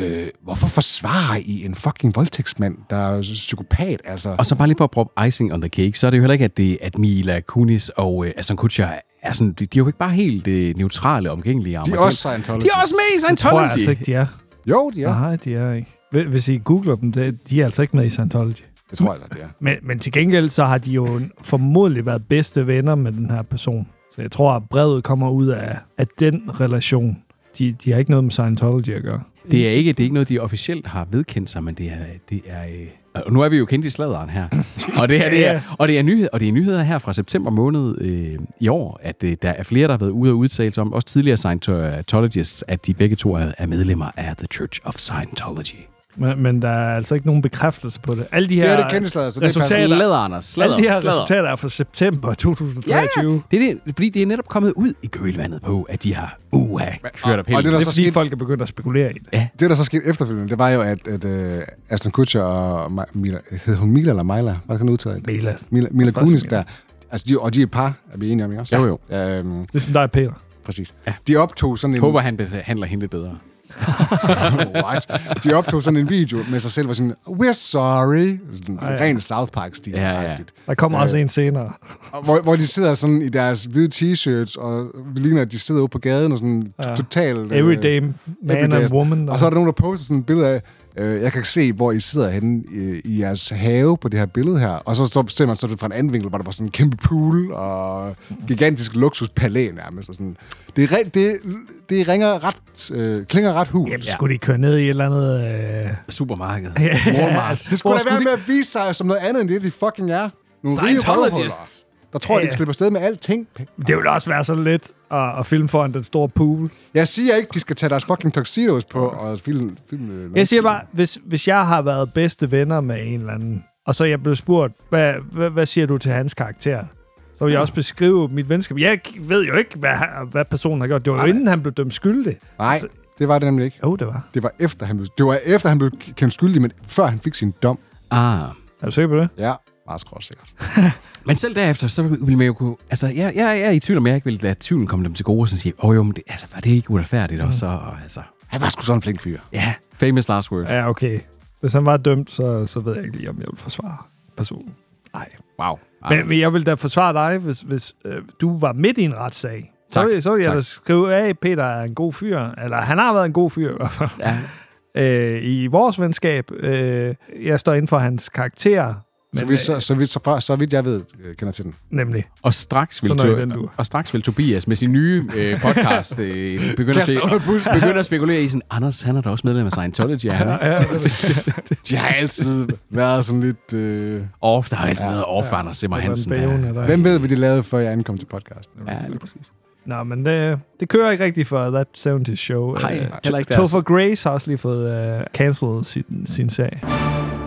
[SPEAKER 2] hvorfor forsvarer I en fucking voldtægtsmand, der er psykopat? Altså,
[SPEAKER 3] Og så bare lige for at proppe icing on the cake, så er det jo heller ikke, at, det, at Mila Kunis og øh, Aston Kutcher er sådan, de, de er jo ikke bare helt øh, neutrale omgængelige
[SPEAKER 2] de er
[SPEAKER 3] amerikanere.
[SPEAKER 2] også Scientologists.
[SPEAKER 3] de er også med i
[SPEAKER 1] Det tror jeg
[SPEAKER 3] Scientology.
[SPEAKER 1] altså ikke, de er.
[SPEAKER 2] Jo, de er. Aha.
[SPEAKER 1] Nej, de er ikke. Hvi- Hvis I googler dem, det- de er altså ikke med i Scientology.
[SPEAKER 2] Det tror jeg, da, det er.
[SPEAKER 1] Men, men til gengæld, så har de jo formodentlig været bedste venner med den her person. Så jeg tror, at brevet kommer ud af, af den relation. De, de har ikke noget med Scientology at gøre.
[SPEAKER 3] det, er ikke, det er ikke noget, de officielt har vedkendt sig, men det er... Det er øh, og nu er vi jo kendt i sladeren her. Og det, her, det er, og, det er nyhed, og det er nyheder her fra september måned øh, i år, at øh, der er flere, der har været ude og udtale sig om, også tidligere Scientologists, at de begge to er, er medlemmer af The Church of Scientology.
[SPEAKER 1] Men, men der er altså ikke nogen bekræftelse på det. Alle de
[SPEAKER 2] Det
[SPEAKER 1] her,
[SPEAKER 2] er det kendte slag, så det
[SPEAKER 1] resultater-
[SPEAKER 2] passer.
[SPEAKER 1] Sladder.
[SPEAKER 3] Sladder, Anders. Sladder,
[SPEAKER 1] alle de her
[SPEAKER 3] sladder.
[SPEAKER 1] resultater er fra september 2023. Ja,
[SPEAKER 3] Det er det, fordi det er netop kommet ud i kølvandet på, at de har uha, kørt op
[SPEAKER 2] og det
[SPEAKER 3] helt.
[SPEAKER 1] Det
[SPEAKER 2] er der så
[SPEAKER 1] er fordi,
[SPEAKER 2] sket,
[SPEAKER 1] folk er begyndt at spekulere i det.
[SPEAKER 2] det, der så skete efterfølgende, det var jo, at, at uh, Aston Kutcher og Ma- Mila, hed hun Mila eller Mila? Var det sådan udtaget?
[SPEAKER 1] Mela.
[SPEAKER 2] Mila, Mila
[SPEAKER 1] tror, det er
[SPEAKER 2] Kunis,
[SPEAKER 1] Mila.
[SPEAKER 2] der... Altså, de, og de er et par, er vi enige om, ikke også?
[SPEAKER 3] Jo, jo.
[SPEAKER 2] Øhm,
[SPEAKER 1] Ligesom dig, Peter.
[SPEAKER 2] præcis.
[SPEAKER 3] Ja.
[SPEAKER 2] Ja. De optog sådan en...
[SPEAKER 3] Jeg håber, han behandler hende lidt bedre.
[SPEAKER 2] What? De optog sådan en video med sig selv, hvor sådan, we're sorry. Sådan,
[SPEAKER 1] Ej, ja.
[SPEAKER 2] ren South Park-stil.
[SPEAKER 3] Ja, ja.
[SPEAKER 2] agtigt.
[SPEAKER 1] Der kommer øh. også en senere.
[SPEAKER 2] Og Hvor, hvor de sidder sådan i deres hvide t-shirts, og ligner, at de sidder ude på gaden og sådan ja. totalt... øh,
[SPEAKER 1] Everyday man
[SPEAKER 2] Everyday.
[SPEAKER 1] and woman.
[SPEAKER 2] Og så er der nogen, der poster sådan et billede af, Øh, jeg kan se, hvor I sidder henne i, i jeres have på det her billede her. Og så, så ser man så det fra en anden vinkel, hvor der var sådan en kæmpe pool og gigantisk luksuspalæ nærmest. Og sådan. Det, er, re- det, det ringer ret, øh, klinger ret hul.
[SPEAKER 1] Jamen, skulle de køre ned i et eller andet... Øh...
[SPEAKER 3] Supermarkedet.
[SPEAKER 1] altså,
[SPEAKER 2] Det skulle
[SPEAKER 1] hvor
[SPEAKER 2] da være med at vise sig som noget andet, end det, de fucking er. Nogle rige røvhuller,
[SPEAKER 3] Scientologists.
[SPEAKER 2] der tror, at de
[SPEAKER 1] Ja.
[SPEAKER 2] kan slippe afsted med alting.
[SPEAKER 1] Det ville også være så let at, at filme foran den store pool.
[SPEAKER 2] Jeg siger ikke, de skal tage deres fucking tuxedos på og film... film øh,
[SPEAKER 1] Jeg siger bare, hvis, hvis jeg har været bedste venner med en eller anden, og så er jeg blev spurgt, hvad, hvad, hvad siger du til hans karakter? Så vil jeg også beskrive mit venskab. Jeg ved jo ikke, hvad, han- hvad personen har gjort. Det var jo inden han blev dømt skyldig.
[SPEAKER 2] Nej,
[SPEAKER 1] Så-
[SPEAKER 2] det var det nemlig ikke.
[SPEAKER 1] Jo, oh, det var.
[SPEAKER 2] Det var efter, han blev, det var efter, han blev kendt skyldig, men før han fik sin dom.
[SPEAKER 3] Ah.
[SPEAKER 1] Er du sikker på det?
[SPEAKER 2] Ja, meget skråsikkert.
[SPEAKER 3] Men selv derefter, så ville man jo kunne... Altså, jeg, jeg, jeg er i tvivl om, jeg ikke ville lade tvivlen komme dem til gode, og så sige, åh oh, jo, men det, altså, var det ikke uretfærdigt mm. også? Og, altså,
[SPEAKER 2] Han var sgu sådan en flink fyr.
[SPEAKER 3] ja, famous last word.
[SPEAKER 1] Ja, okay. Hvis han var dømt, så, så ved jeg ikke lige, om jeg vil forsvare personen. Nej.
[SPEAKER 3] Wow.
[SPEAKER 1] Men, men jeg vil da forsvare dig, hvis, hvis øh, du var midt i en retssag. Så,
[SPEAKER 3] Tak.
[SPEAKER 1] vil- så vil jeg
[SPEAKER 3] Tak.
[SPEAKER 1] da skrive, at hey, Peter er en god fyr. Eller han har været en god fyr i hvert fald.
[SPEAKER 3] Ja.
[SPEAKER 1] øh, i vores venskab. Øh, jeg står inden for hans karakter. Men,
[SPEAKER 2] Så vidt, så, så, vidt, så, far, så vidt jeg ved, øh, kender til den.
[SPEAKER 1] øh, nemlig.
[SPEAKER 3] Ah. Og straks, vil
[SPEAKER 1] Sådan er den,
[SPEAKER 3] to,
[SPEAKER 1] du.
[SPEAKER 3] og straks vil Tobias med sin nye øh, podcast øh, begynde, at
[SPEAKER 2] Kaster under bussen.
[SPEAKER 3] spe- begynde at spekulere i sådan, Anders, han er da også medlem af Scientology, er han ikke?
[SPEAKER 2] De har altid været sådan lidt... Øh...
[SPEAKER 3] Off, der er altid noget off, Anders Simmer Hansen.
[SPEAKER 1] Det var en
[SPEAKER 3] Der.
[SPEAKER 1] bævne, der.
[SPEAKER 2] Hvem ved, hvad de lavede, før jeg ankom til podcasten?
[SPEAKER 3] Ja, lige præcis.
[SPEAKER 1] Nå, men det, det kører ikke rigtigt for That 70's Show.
[SPEAKER 3] Nej,
[SPEAKER 1] Øh,
[SPEAKER 3] heller ikke
[SPEAKER 1] Topher Grace har også lige fået uh, cancelled sin, sin sag.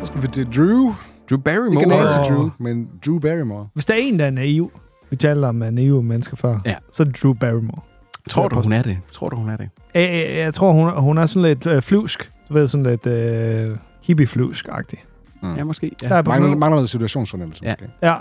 [SPEAKER 2] Så skal vi til Drew.
[SPEAKER 3] Drew
[SPEAKER 2] Ikke en anden
[SPEAKER 3] Barrymore.
[SPEAKER 2] til Drew, men Drew Barrymore.
[SPEAKER 1] Hvis der er en, der er naiv, vi talte om uh, naive mennesker før,
[SPEAKER 3] Ja.
[SPEAKER 1] så er det Drew Barrymore.
[SPEAKER 3] Tror du, hun er det? Tror du, hun er det?
[SPEAKER 1] Jeg, jeg, jeg tror, hun, hun er sådan lidt uh, flusk. Du ved, sådan lidt uh, hippie-flusk-agtig.
[SPEAKER 3] Ja, måske. Ja.
[SPEAKER 1] Der er på
[SPEAKER 2] Mangler,
[SPEAKER 1] noget-
[SPEAKER 2] mangler noget situationsfornemmelse.
[SPEAKER 3] Ja.
[SPEAKER 2] måske.
[SPEAKER 1] Ja.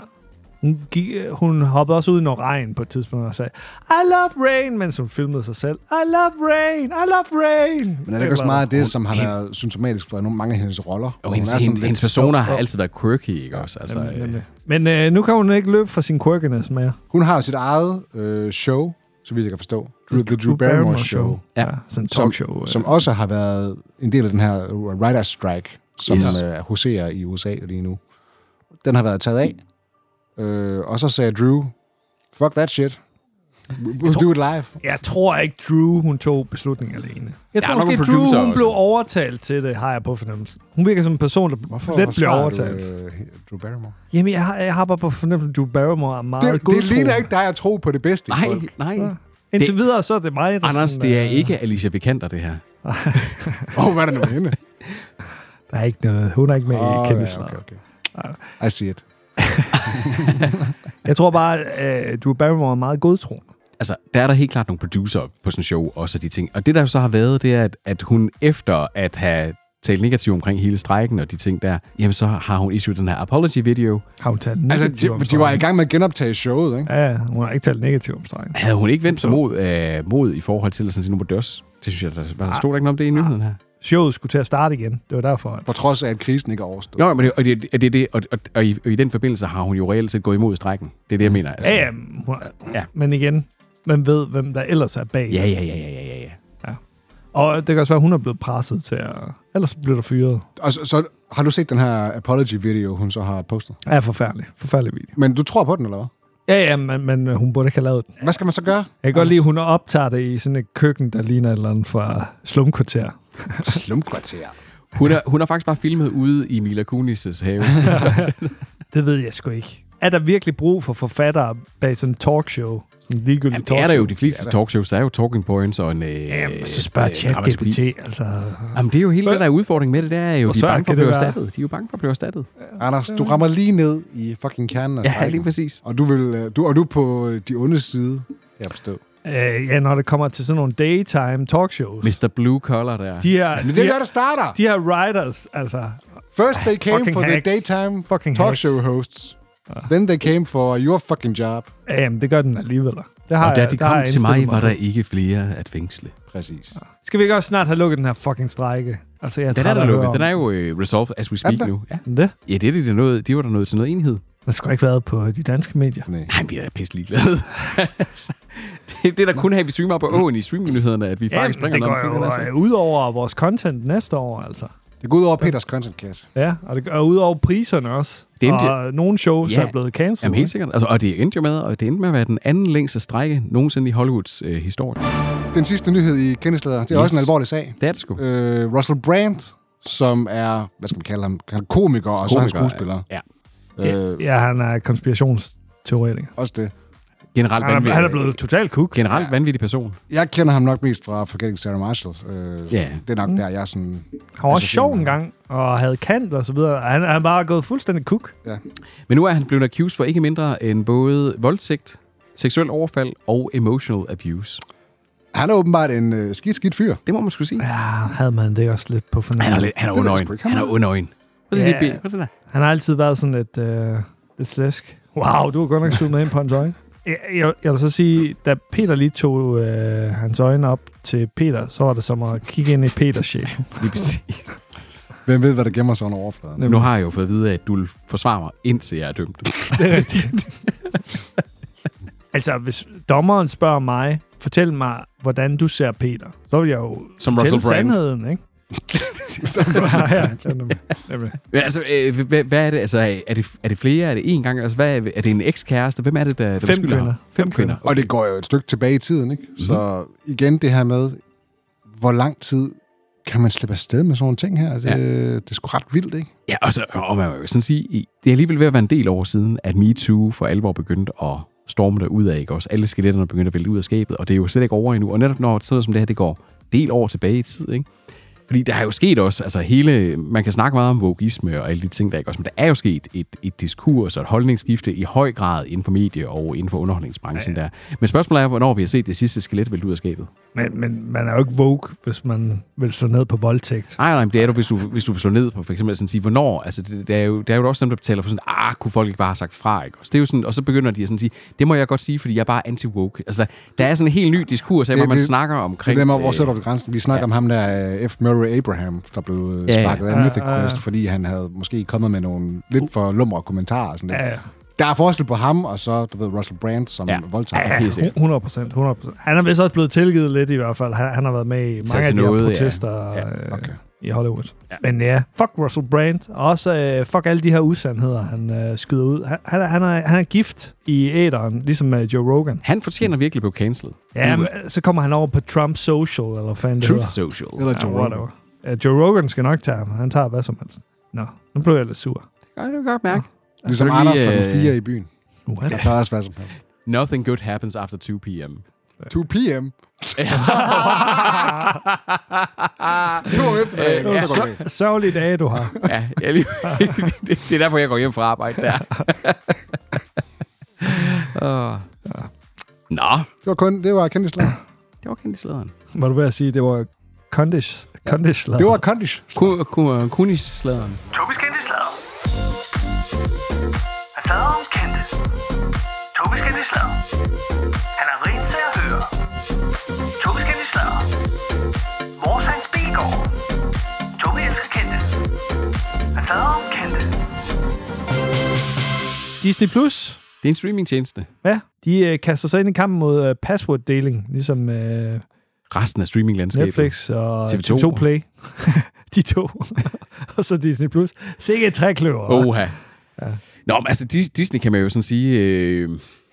[SPEAKER 1] Hun, gik, øh, hun hoppede også ud i noget regn på et tidspunkt og sagde, I love rain, mens hun filmede sig selv. I love rain, I love rain.
[SPEAKER 2] Men er det ikke også meget af det, som har
[SPEAKER 3] Hun-
[SPEAKER 2] været symptomatisk for nogle, mange af hendes roller?
[SPEAKER 3] Og
[SPEAKER 2] Hun
[SPEAKER 3] hendes,
[SPEAKER 2] er sådan
[SPEAKER 3] hendes, hendes
[SPEAKER 2] lidt-
[SPEAKER 3] personer har altid været quirky, ikke også? Altså,
[SPEAKER 1] Nemlig,
[SPEAKER 3] øh,
[SPEAKER 1] nemlig. Men øh, nu kan hun ikke løbe fra sin quirkiness mere.
[SPEAKER 2] Hun har jo sit eget øh, show, så vidt jeg kan forstå. Drew, the Drew Barrymore Show.
[SPEAKER 1] Ja,
[SPEAKER 3] Ja.
[SPEAKER 1] sådan en
[SPEAKER 2] Som,
[SPEAKER 1] talkshow.
[SPEAKER 3] øh.
[SPEAKER 2] som også har været en del af den her writer's strike, som
[SPEAKER 3] Yes.
[SPEAKER 2] yes. øh, huserer i USA lige nu. Den har været taget af. Øh, og så sagde Drew, fuck that shit. We'll do it live.
[SPEAKER 1] Jeg tror ikke, Drew hun tog beslutningen alene. Jeg
[SPEAKER 3] Der
[SPEAKER 1] tror
[SPEAKER 3] er nok en
[SPEAKER 1] måske, Drew
[SPEAKER 3] producer
[SPEAKER 1] hun
[SPEAKER 3] også.
[SPEAKER 1] blev overtalt til det, har jeg på fornemmelsen. Hun virker som en person, der
[SPEAKER 2] Hvorfor
[SPEAKER 1] let bliver
[SPEAKER 2] forsvarer
[SPEAKER 1] overtalt.
[SPEAKER 2] Du, øh, Drew Barrymore?
[SPEAKER 1] Jamen, jeg, har- jeg har bare på fornemmelsen, at Drew Barrymore er meget
[SPEAKER 2] Det, det
[SPEAKER 1] godtroende.
[SPEAKER 2] ligner ikke dig at tro på det bedste.
[SPEAKER 3] Nej,
[SPEAKER 2] folk.
[SPEAKER 3] nej.
[SPEAKER 1] Indtil
[SPEAKER 3] Det-
[SPEAKER 1] videre, så er det mig, der
[SPEAKER 3] Anders,
[SPEAKER 1] sådan,
[SPEAKER 3] det er
[SPEAKER 1] øh,
[SPEAKER 3] ikke Alicia Vikander, det her.
[SPEAKER 2] Åh, oh, hvad er der nu med hende?
[SPEAKER 1] Der er ikke noget. Hun er ikke med oh, i
[SPEAKER 2] Åh,
[SPEAKER 1] kendtislaget.
[SPEAKER 2] ja, okay, okay. I see it.
[SPEAKER 1] Jeg tror bare, at øh, Drew Barrymore er meget godtroende.
[SPEAKER 3] Altså, der er der helt klart nogle producer på sådan en show, også og de ting. Og det, der jo så har været, det er, at, at hun efter at have talt negativt omkring hele strejken og de ting der, jamen så har hun issued den her apology-video.
[SPEAKER 1] Har hun talt
[SPEAKER 2] Altså,
[SPEAKER 1] negativt om
[SPEAKER 2] de, de var i
[SPEAKER 1] strengen?
[SPEAKER 2] gang med at genoptage showet, ikke?
[SPEAKER 1] Ja, ja, hun har ikke talt negativt om strengen.
[SPEAKER 3] Havde hun ikke vendt sig mod, øh, mod i forhold til at sådan sige, nu må dørs. Det synes jeg, der, der stod der ikke noget om det i nyheden her.
[SPEAKER 1] Showet skulle til at starte igen. Det var derfor. At...
[SPEAKER 2] På trods af, at krisen ikke er overstået.
[SPEAKER 3] Jo, men det, og det, og det, er det og, og, og, i, og, i, den forbindelse har hun jo reelt set gået imod strejken. Det er det, jeg mener. Altså.
[SPEAKER 1] Ja, ja, hun... ja.
[SPEAKER 3] Ja.
[SPEAKER 1] Men igen, hvem ved, hvem der ellers er bag.
[SPEAKER 3] Ja, ja, ja, ja, ja, ja, ja.
[SPEAKER 1] Og det kan også være, at hun er blevet presset til at... Ellers bliver der fyret.
[SPEAKER 2] Og så, så har du set den her apology-video, hun så har postet?
[SPEAKER 1] Ja, forfærdelig. Forfærdelig video.
[SPEAKER 2] Men du tror på den, eller hvad?
[SPEAKER 1] Ja, ja, men, men øh, hun burde ikke have lavet den.
[SPEAKER 2] Hvad skal man så gøre?
[SPEAKER 1] Jeg kan godt lide, at hun optager det i sådan et køkken, der ligner et eller andet fra slumkvarter.
[SPEAKER 2] Slumkvarter.
[SPEAKER 3] Hun har, hun har faktisk bare filmet ude i Mila Kunis' have.
[SPEAKER 1] Det ved jeg sgu ikke. Er der virkelig brug for forfattere bag sådan en talkshow? Sådan en ligegyldig
[SPEAKER 3] Jamen, det
[SPEAKER 1] talkshow?
[SPEAKER 3] er der jo de fleste talkshows. Der er jo talking points og en... Øh,
[SPEAKER 1] Jamen, så spørger
[SPEAKER 3] øh,
[SPEAKER 1] ChatGPT,
[SPEAKER 3] dramaturgi.
[SPEAKER 1] altså...
[SPEAKER 3] Jamen, det er jo hele det, der er udfordringen med det. Det er jo,
[SPEAKER 1] Hvor
[SPEAKER 3] de er
[SPEAKER 1] svært
[SPEAKER 3] bange for
[SPEAKER 1] kan
[SPEAKER 3] at
[SPEAKER 1] det
[SPEAKER 3] blive
[SPEAKER 1] være?
[SPEAKER 3] erstattet. De er jo bange for at blive erstattet.
[SPEAKER 2] Anders, du rammer lige ned i fucking kernen af
[SPEAKER 3] Ja, lige
[SPEAKER 2] strejken.
[SPEAKER 3] præcis.
[SPEAKER 2] og du, vil, øh, du, og du er på øh, de onde side. Jeg forstår.
[SPEAKER 1] Øh, ja, når det kommer til sådan nogle daytime talkshows.
[SPEAKER 3] Mr. Blue Collar der.
[SPEAKER 1] De her,
[SPEAKER 2] Men det
[SPEAKER 1] de,
[SPEAKER 2] er jo
[SPEAKER 1] her,
[SPEAKER 2] der, der starter.
[SPEAKER 1] de her writers, altså...
[SPEAKER 2] First they came
[SPEAKER 1] fucking
[SPEAKER 2] for the
[SPEAKER 1] hacks.
[SPEAKER 2] daytime
[SPEAKER 1] Fucking
[SPEAKER 2] talk
[SPEAKER 1] hacks.
[SPEAKER 2] show hosts. Then they came for your fucking job.
[SPEAKER 1] ja, Jamen, det gør den alligevel. Det har
[SPEAKER 3] Og da
[SPEAKER 1] jeg-
[SPEAKER 3] de
[SPEAKER 1] der har
[SPEAKER 3] kom
[SPEAKER 1] jeg
[SPEAKER 3] til mig,
[SPEAKER 1] indstillet
[SPEAKER 3] var der
[SPEAKER 1] på.
[SPEAKER 3] ikke flere at fængsle.
[SPEAKER 2] Præcis.
[SPEAKER 1] Skal vi ikke også snart have lukket den her fucking strejke? Altså, jeg
[SPEAKER 3] Den er
[SPEAKER 1] træt af
[SPEAKER 3] der
[SPEAKER 1] at
[SPEAKER 3] lukket.
[SPEAKER 1] høre
[SPEAKER 3] Den er
[SPEAKER 1] om
[SPEAKER 3] jo øh, resolved as we
[SPEAKER 2] Er
[SPEAKER 3] speak
[SPEAKER 2] den
[SPEAKER 3] nu. Ja,
[SPEAKER 1] den. Det?
[SPEAKER 3] ja det er det, de er nået. De var der nået til noget enighed.
[SPEAKER 1] Den skulle ikke været på de danske medier.
[SPEAKER 2] Nej.
[SPEAKER 3] Nej, vi er da pisse ligeglade. Altså, det er det, der kun har, vi streamer op på åen i streamingnyhederne, at vi faktisk
[SPEAKER 1] Jamen,
[SPEAKER 3] bringer
[SPEAKER 1] det
[SPEAKER 3] noget
[SPEAKER 1] går
[SPEAKER 3] omkring det, altså.
[SPEAKER 1] jo øh, ud over vores content næste år, altså.
[SPEAKER 2] Det går ud over Peters contentkasse.
[SPEAKER 1] Ja, og, det, og udover priserne også.
[SPEAKER 3] Det
[SPEAKER 1] Det
[SPEAKER 3] endte-
[SPEAKER 1] og nogle shows
[SPEAKER 3] Ja.
[SPEAKER 1] er blevet cancelled.
[SPEAKER 3] Jamen helt sikkert. Altså, og det endte jo med, og det endte med at være den anden længste strække nogensinde i Hollywoods øh, historie.
[SPEAKER 2] Den sidste nyhed i kendtislader, det er yes.
[SPEAKER 3] Yes.
[SPEAKER 2] også en alvorlig sag.
[SPEAKER 3] Det er det sgu. Øh,
[SPEAKER 2] Øh, Russell Brand, som er, hvad skal man kalde ham, han er komiker, og så er han skuespiller.
[SPEAKER 3] Ja.
[SPEAKER 1] ikke.
[SPEAKER 2] Øh,
[SPEAKER 1] Ja, han er konspirationsteoretiker.
[SPEAKER 2] også det.
[SPEAKER 3] Generelt
[SPEAKER 1] Han er,
[SPEAKER 3] vanvittig.
[SPEAKER 1] han er blevet totalt kuk.
[SPEAKER 3] Generelt vanvittig person.
[SPEAKER 2] Jeg kender ham nok mest fra Forgetting Sarah Marshall. Øh,
[SPEAKER 3] Ja.
[SPEAKER 2] Det er nok der, jeg er sådan...
[SPEAKER 1] Han var også
[SPEAKER 2] Altså,
[SPEAKER 1] sjov
[SPEAKER 2] det-
[SPEAKER 1] en gang, og havde kant og så videre. Han, han er bare gået fuldstændig kuk.
[SPEAKER 3] Men nu er han blevet accused for ikke mindre end både voldtægt, seksuel overfald og emotional abuse.
[SPEAKER 2] Han er åbenbart en øh, skidt, skidt fyr.
[SPEAKER 3] Det må man sgu sige.
[SPEAKER 1] Ja, havde man det også lidt på
[SPEAKER 3] Han er,
[SPEAKER 1] fornemmelsen.
[SPEAKER 3] lidt, han er
[SPEAKER 2] Det ved jeg
[SPEAKER 3] underøjen.
[SPEAKER 2] sgu ikke.
[SPEAKER 3] Han er underøjen. Hvad er det,
[SPEAKER 1] Ja.
[SPEAKER 3] Bi? Hvad er det der?
[SPEAKER 1] Han har altid været sådan lidt, øh, lidt slæsk. Wow, du har godt nok suget med ind på hans øjne. Jeg, jeg, jeg vil så sige, da Peter lige tog øh, hans øjne op til Peter, så var det som at kigge ind i Peters sjæl.
[SPEAKER 3] Lige præcis.
[SPEAKER 2] Hvem ved, hvad der gemmer sig under overfladen.
[SPEAKER 3] Nu har jeg jo fået at vide, at du vil forsvare mig, indtil jeg er dømt.
[SPEAKER 1] Det er rigtigt. altså, hvis dommeren spørger mig, fortæl mig, hvordan du ser Peter, så vil jeg jo
[SPEAKER 3] Som
[SPEAKER 1] fortælle
[SPEAKER 3] Russell Brand.
[SPEAKER 1] sandheden, ikke? ja, ja, ja, nemlig. Nemlig.
[SPEAKER 3] Men altså, øh, hvad, hvad er det? Altså, er det, er det flere? Er det én gang? Altså, hvad er, er det en ekskæreste? Hvem er det, der, der
[SPEAKER 1] Fem
[SPEAKER 3] beskylder ham?
[SPEAKER 1] kvinder.
[SPEAKER 3] Fem
[SPEAKER 1] Fem
[SPEAKER 3] kvinder.
[SPEAKER 2] Og det går jo et stykke tilbage i tiden, ikke? Så igen det her med, hvor lang tid kan man slippe afsted med sådan nogle ting her? Det,
[SPEAKER 3] Ja.
[SPEAKER 2] ja. det er sgu ret vildt, ikke?
[SPEAKER 3] Ja, og, så, og man må jo sådan sige, i- det er alligevel ved at være en del år siden, at MeToo for alvor begyndte at storme der ud af, ikke også? Alle skeletterne begyndte at vælte ud af skabet, og det er jo slet ikke over endnu. Og netop når sådan noget som det her, det går del år tilbage i tid, ikke? Fordi der har jo sket også, altså hele, man kan snakke meget om vogisme og alle de ting, der er, ikke også, men der er jo sket et, et diskurs og et holdningsskifte i høj grad inden for medie og inden for underholdningsbranchen ja, ja. der. Men spørgsmålet er, hvornår vi har set det sidste skelet vælte ud af skabet?
[SPEAKER 1] Men, men man er jo ikke woke, hvis man vil slå ned på voldtægt.
[SPEAKER 3] Nej, nej, men det er du, hvis du, hvis du vil slå ned på, for eksempel sådan sige, hvornår, altså det, det, er jo, det er jo også dem, der betaler for sådan, ah, kunne folk ikke bare have sagt fra, ikke? Også? Det er jo sådan, og så begynder de at sådan sige, det må jeg godt sige, fordi jeg er bare anti-woke. Altså, der, der er sådan en helt ny diskurs af,
[SPEAKER 2] Det-
[SPEAKER 3] hvor man
[SPEAKER 2] det-
[SPEAKER 3] snakker
[SPEAKER 2] Det er
[SPEAKER 3] omkring...
[SPEAKER 2] det med, hvor
[SPEAKER 3] øh,
[SPEAKER 2] sætter du grænsen? Vi snakker ja. om ham der øh, F. Murray Abraham, der blev øh,
[SPEAKER 3] Ja, ja.
[SPEAKER 2] sparket af
[SPEAKER 1] Ja,
[SPEAKER 2] Mythic
[SPEAKER 1] ja, ja.
[SPEAKER 2] Quest, fordi han havde måske kommet med nogle lidt for lumre kommentarer. og Sådan
[SPEAKER 1] Ja,
[SPEAKER 2] lidt.
[SPEAKER 1] ja.
[SPEAKER 2] Der er forskel på ham, og så, du ved, Russell Brand, som
[SPEAKER 3] Ja.
[SPEAKER 2] ja. voldtager.
[SPEAKER 1] Ja,
[SPEAKER 3] Helt sikkert.
[SPEAKER 1] 100 procent, 100 Han er vist også blevet tilgivet lidt i hvert fald. Han, han har været med i mange
[SPEAKER 3] til
[SPEAKER 1] af de
[SPEAKER 3] noget,
[SPEAKER 1] her
[SPEAKER 3] ja.
[SPEAKER 1] protester
[SPEAKER 3] Ja,
[SPEAKER 1] ja.
[SPEAKER 2] okay.
[SPEAKER 1] okay. i Hollywood.
[SPEAKER 3] Ja.
[SPEAKER 1] Ja. Men ja, fuck Russell Brand. Og også øh, fuck alle de her usandheder, han øh, skyder ud. Han, han, er, han, er, han er gift i æderen, ligesom med Joe Rogan.
[SPEAKER 3] øh, Han fortjener virkelig at blive cancelled.
[SPEAKER 1] Ja,
[SPEAKER 3] Du-
[SPEAKER 1] men, øh, så kommer han over på Trump Social, eller hvad fanden det
[SPEAKER 3] Truth
[SPEAKER 1] hedder.
[SPEAKER 3] Social.
[SPEAKER 2] Eller
[SPEAKER 1] Ja,
[SPEAKER 2] Joe Rogan.
[SPEAKER 1] whatever. Ja, Joe Rogan skal nok tage ham. Han tager hvad som helst. Nå, nu blev jeg lidt sur.
[SPEAKER 3] Ja, det kan jeg godt mærke.
[SPEAKER 2] Ligesom
[SPEAKER 3] Altså,
[SPEAKER 2] Anders
[SPEAKER 3] lige,
[SPEAKER 2] klokken
[SPEAKER 3] øh,
[SPEAKER 2] 4 i byen.
[SPEAKER 1] Nu er
[SPEAKER 2] Der
[SPEAKER 1] det.
[SPEAKER 2] tager også hvad som helst.
[SPEAKER 3] Nothing good happens after 2 p.m.
[SPEAKER 2] 2 p.m. To om eftermiddagen.
[SPEAKER 3] Øh,
[SPEAKER 2] Ja,
[SPEAKER 3] ja,
[SPEAKER 2] så går det.
[SPEAKER 1] Sør- Sørgelige dage, du har.
[SPEAKER 3] Ja, jeg lige, det, det er derfor, jeg går hjem fra arbejde der. uh, Nå,
[SPEAKER 2] Det var kun, det var kendtislag.
[SPEAKER 3] det var kendisladeren.
[SPEAKER 1] Var du ved at sige, det var Kondish? Kondish
[SPEAKER 2] Det var kondis.
[SPEAKER 3] Ku- ku- Kunis-sladeren.
[SPEAKER 4] Tobis kendte slader. Han slader om kendte. Tobis kendte slader. Han er rent til at høre. Tobis kendte slader. Mors hans bilgård. Tobi elsker kendte. Han slader om kendte.
[SPEAKER 1] Disney Plus,
[SPEAKER 3] Det er en streamingtjeneste.
[SPEAKER 1] ja, de øh, kaster sig ind i kampen mod øh, password-deling, ligesom øh,
[SPEAKER 3] Resten af streaminglandskabet.
[SPEAKER 1] Netflix og
[SPEAKER 3] TV2.
[SPEAKER 1] TV2, TV2 Play. de to. og så Disney Plus. Sikke et trækløver. hva'?
[SPEAKER 3] Oha. Ja. Nå, men altså Dis- Disney kan man jo sådan sige... Øh,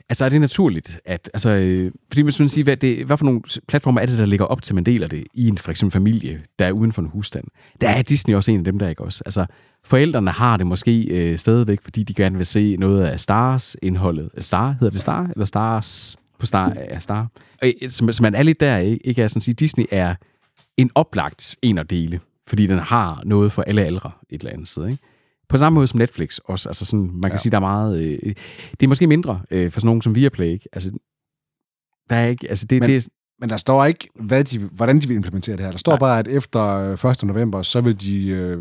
[SPEAKER 3] altså er det naturligt, at... Altså, øh, fordi man sådan sige, hvad, det, hvad for nogle platformer er det, der ligger op til, man deler det i en for eksempel familie, der er uden for en husstand. Der er Disney også en af dem, der ikke også. Altså forældrene har det måske øh, stadigvæk, fordi de gerne vil se noget af Stars-indholdet. Star, hedder det Star? Eller Stars? På Star er Star. Og, øh, så, så man er lidt der, ikke? ikke? Er sådan at sige, Disney er en oplagt en at dele, fordi den har noget for alle aldre et eller andet sted. Ikke? På samme måde som Netflix også. Altså sådan, man kan ja. sige, der er meget... Øh, det er måske mindre øh, for sådan nogen som Viaplay. Ikke? Altså, der er ikke... Altså det,
[SPEAKER 2] Men-
[SPEAKER 3] det er,
[SPEAKER 2] Men der står ikke, hvad de, hvordan de vil implementere det her. Der står Nej. bare, at efter øh, 1. november, så vil de øh,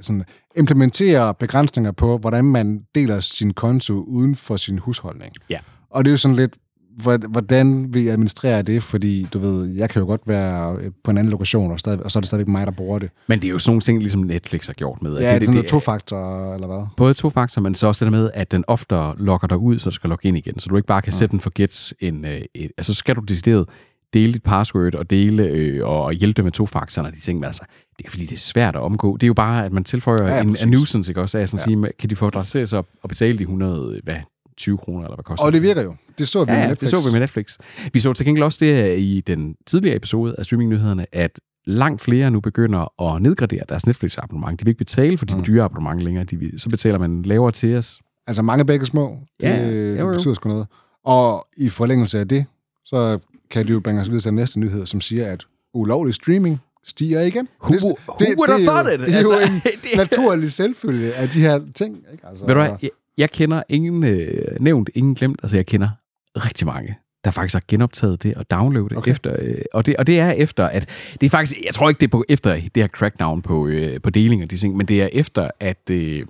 [SPEAKER 2] sådan, implementere begrænsninger på, hvordan man deler sin konto uden for sin husholdning.
[SPEAKER 3] Ja.
[SPEAKER 2] Og det er jo sådan lidt, hvor- hvordan vi administrerer det, fordi du ved, jeg kan jo godt være øh, på en anden lokation, og, stadig, og så er det stadigvæk mig, der bruger det.
[SPEAKER 3] men det er jo sådan nogle ting, ligesom Netflix har gjort med. at
[SPEAKER 2] Ja, det, er det sådan noget
[SPEAKER 3] er-
[SPEAKER 2] to-faktor, eller hvad?
[SPEAKER 3] Både to faktorer, men så også det der med, at den oftere logger dig ud, så du skal logge ind igen. Så du ikke bare kan sætte en forget. En, øh, et, altså så skal du decideret dele dit password og dele øh, og hjælpe dem med tofaktor og de ting. Men altså, det er fordi, det er svært at omgå. Det er jo bare, at man tilføjer
[SPEAKER 2] Ja,
[SPEAKER 3] ja,
[SPEAKER 2] ja,
[SPEAKER 3] en,
[SPEAKER 2] præcis.
[SPEAKER 3] en nuisance, ikke også? Af sådan
[SPEAKER 2] Ja.
[SPEAKER 3] ja. sige, kan de få adresseret sig op og betale de 100, hvad, 20 kroner, eller hvad koster
[SPEAKER 2] Og det virker jo. Det så vi
[SPEAKER 3] Ja,
[SPEAKER 2] med
[SPEAKER 3] ja,
[SPEAKER 2] Netflix.
[SPEAKER 3] det så vi med Netflix. Vi så til gengæld også det øh, i den tidligere episode af streamingnyhederne, at langt flere nu begynder at nedgradere deres Netflix-abonnement. De vil ikke betale for de
[SPEAKER 2] Mm.
[SPEAKER 3] dyre abonnement længere. De vil, så betaler man lavere til os.
[SPEAKER 2] Altså mange begge små. Det,
[SPEAKER 3] Ja,
[SPEAKER 2] det
[SPEAKER 3] jo, jo.
[SPEAKER 2] betyder sgu noget. Og i forlængelse af det, så kan det jo bringe os videre til den næste nyhed, som siger, at ulovlig streaming stiger igen.
[SPEAKER 3] Who-
[SPEAKER 2] det,
[SPEAKER 3] who would have
[SPEAKER 2] er jo-
[SPEAKER 3] thought it?
[SPEAKER 2] Det er jo
[SPEAKER 3] Altså,
[SPEAKER 2] en
[SPEAKER 3] det-
[SPEAKER 2] naturlig selvfølge af de her ting. Ikke? Altså,
[SPEAKER 3] Ved du hvad, jeg, jeg kender ingen øh, nævnt, ingen glemt. Altså, jeg kender rigtig mange der faktisk har genoptaget det og downloadet det
[SPEAKER 2] Okay.
[SPEAKER 3] okay. efter. Øh, og, det, og det er efter, at det er faktisk, jeg tror ikke, det er på, efter det her crackdown på, øh, på deling og de ting, men det er efter, at øh,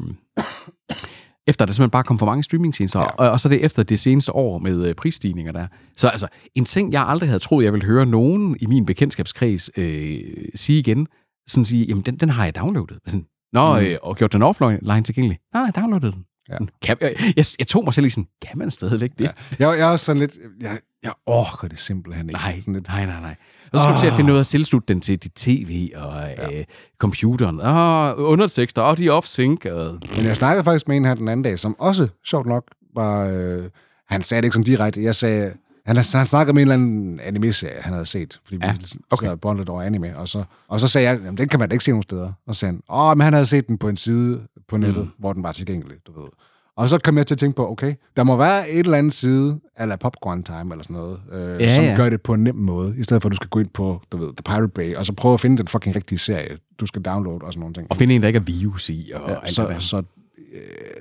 [SPEAKER 3] efter at der simpelthen bare kom for mange streamingtjenester, ja. og, og så er det efter det seneste år med øh, prisstigninger der. Så altså, en ting, jeg aldrig havde troet, jeg ville høre nogen i min bekendtskabskreds øh, sige igen, sådan sige, jamen den, den har jeg downloadet. Sådan, Nå, mm. øh, og gjort den offline tilgængelig. Nej, nej, jeg downloadede den.
[SPEAKER 2] Ja.
[SPEAKER 3] Ja. Kan, jeg, jeg, jeg tog mig selv i sådan, kan man stadigvæk det? Ja.
[SPEAKER 2] jeg, jeg er også sådan lidt... Jeg, jeg orker det simpelthen ikke.
[SPEAKER 3] Nej,
[SPEAKER 2] Sådan lidt,
[SPEAKER 3] nej, nej, nej. Og så skal oh. du til at finde ud af at tilslutte den til dit tv og ja. øh, computeren. Og undertekster, og de er off-sync. Og...
[SPEAKER 2] Men jeg snakkede faktisk med en her den anden dag, som også, sjovt nok, var... Øh, han sagde det ikke sådan direkte. Jeg sagde... Han, havde- han snakkede med en eller anden anime-serie, han havde set, fordi ja,
[SPEAKER 3] Ja,
[SPEAKER 2] vi okay.
[SPEAKER 3] okay.
[SPEAKER 2] sad bondet over anime. Og så, og så sagde jeg, jamen, den kan man da ikke se nogen steder. Og så sagde han, åh, men han havde set den på en side på nettet, mm. hvor den var tilgængelig, du ved. Og så kom jeg til at tænke på, okay, der må være et eller andet side, eller Popcorn Time eller sådan noget, øh, ja,
[SPEAKER 3] Ja,
[SPEAKER 2] som ja.
[SPEAKER 3] ja.
[SPEAKER 2] gør det på en nem måde, i stedet for at du skal gå ind på, du ved, The Pirate Bay, og så prøve at finde den fucking rigtige serie, du skal downloade og sådan nogle ting.
[SPEAKER 3] Og finde en, der ikke er virus i. Og ja,
[SPEAKER 2] Ja,
[SPEAKER 3] alt så,
[SPEAKER 2] så
[SPEAKER 3] det, så...
[SPEAKER 2] så øh,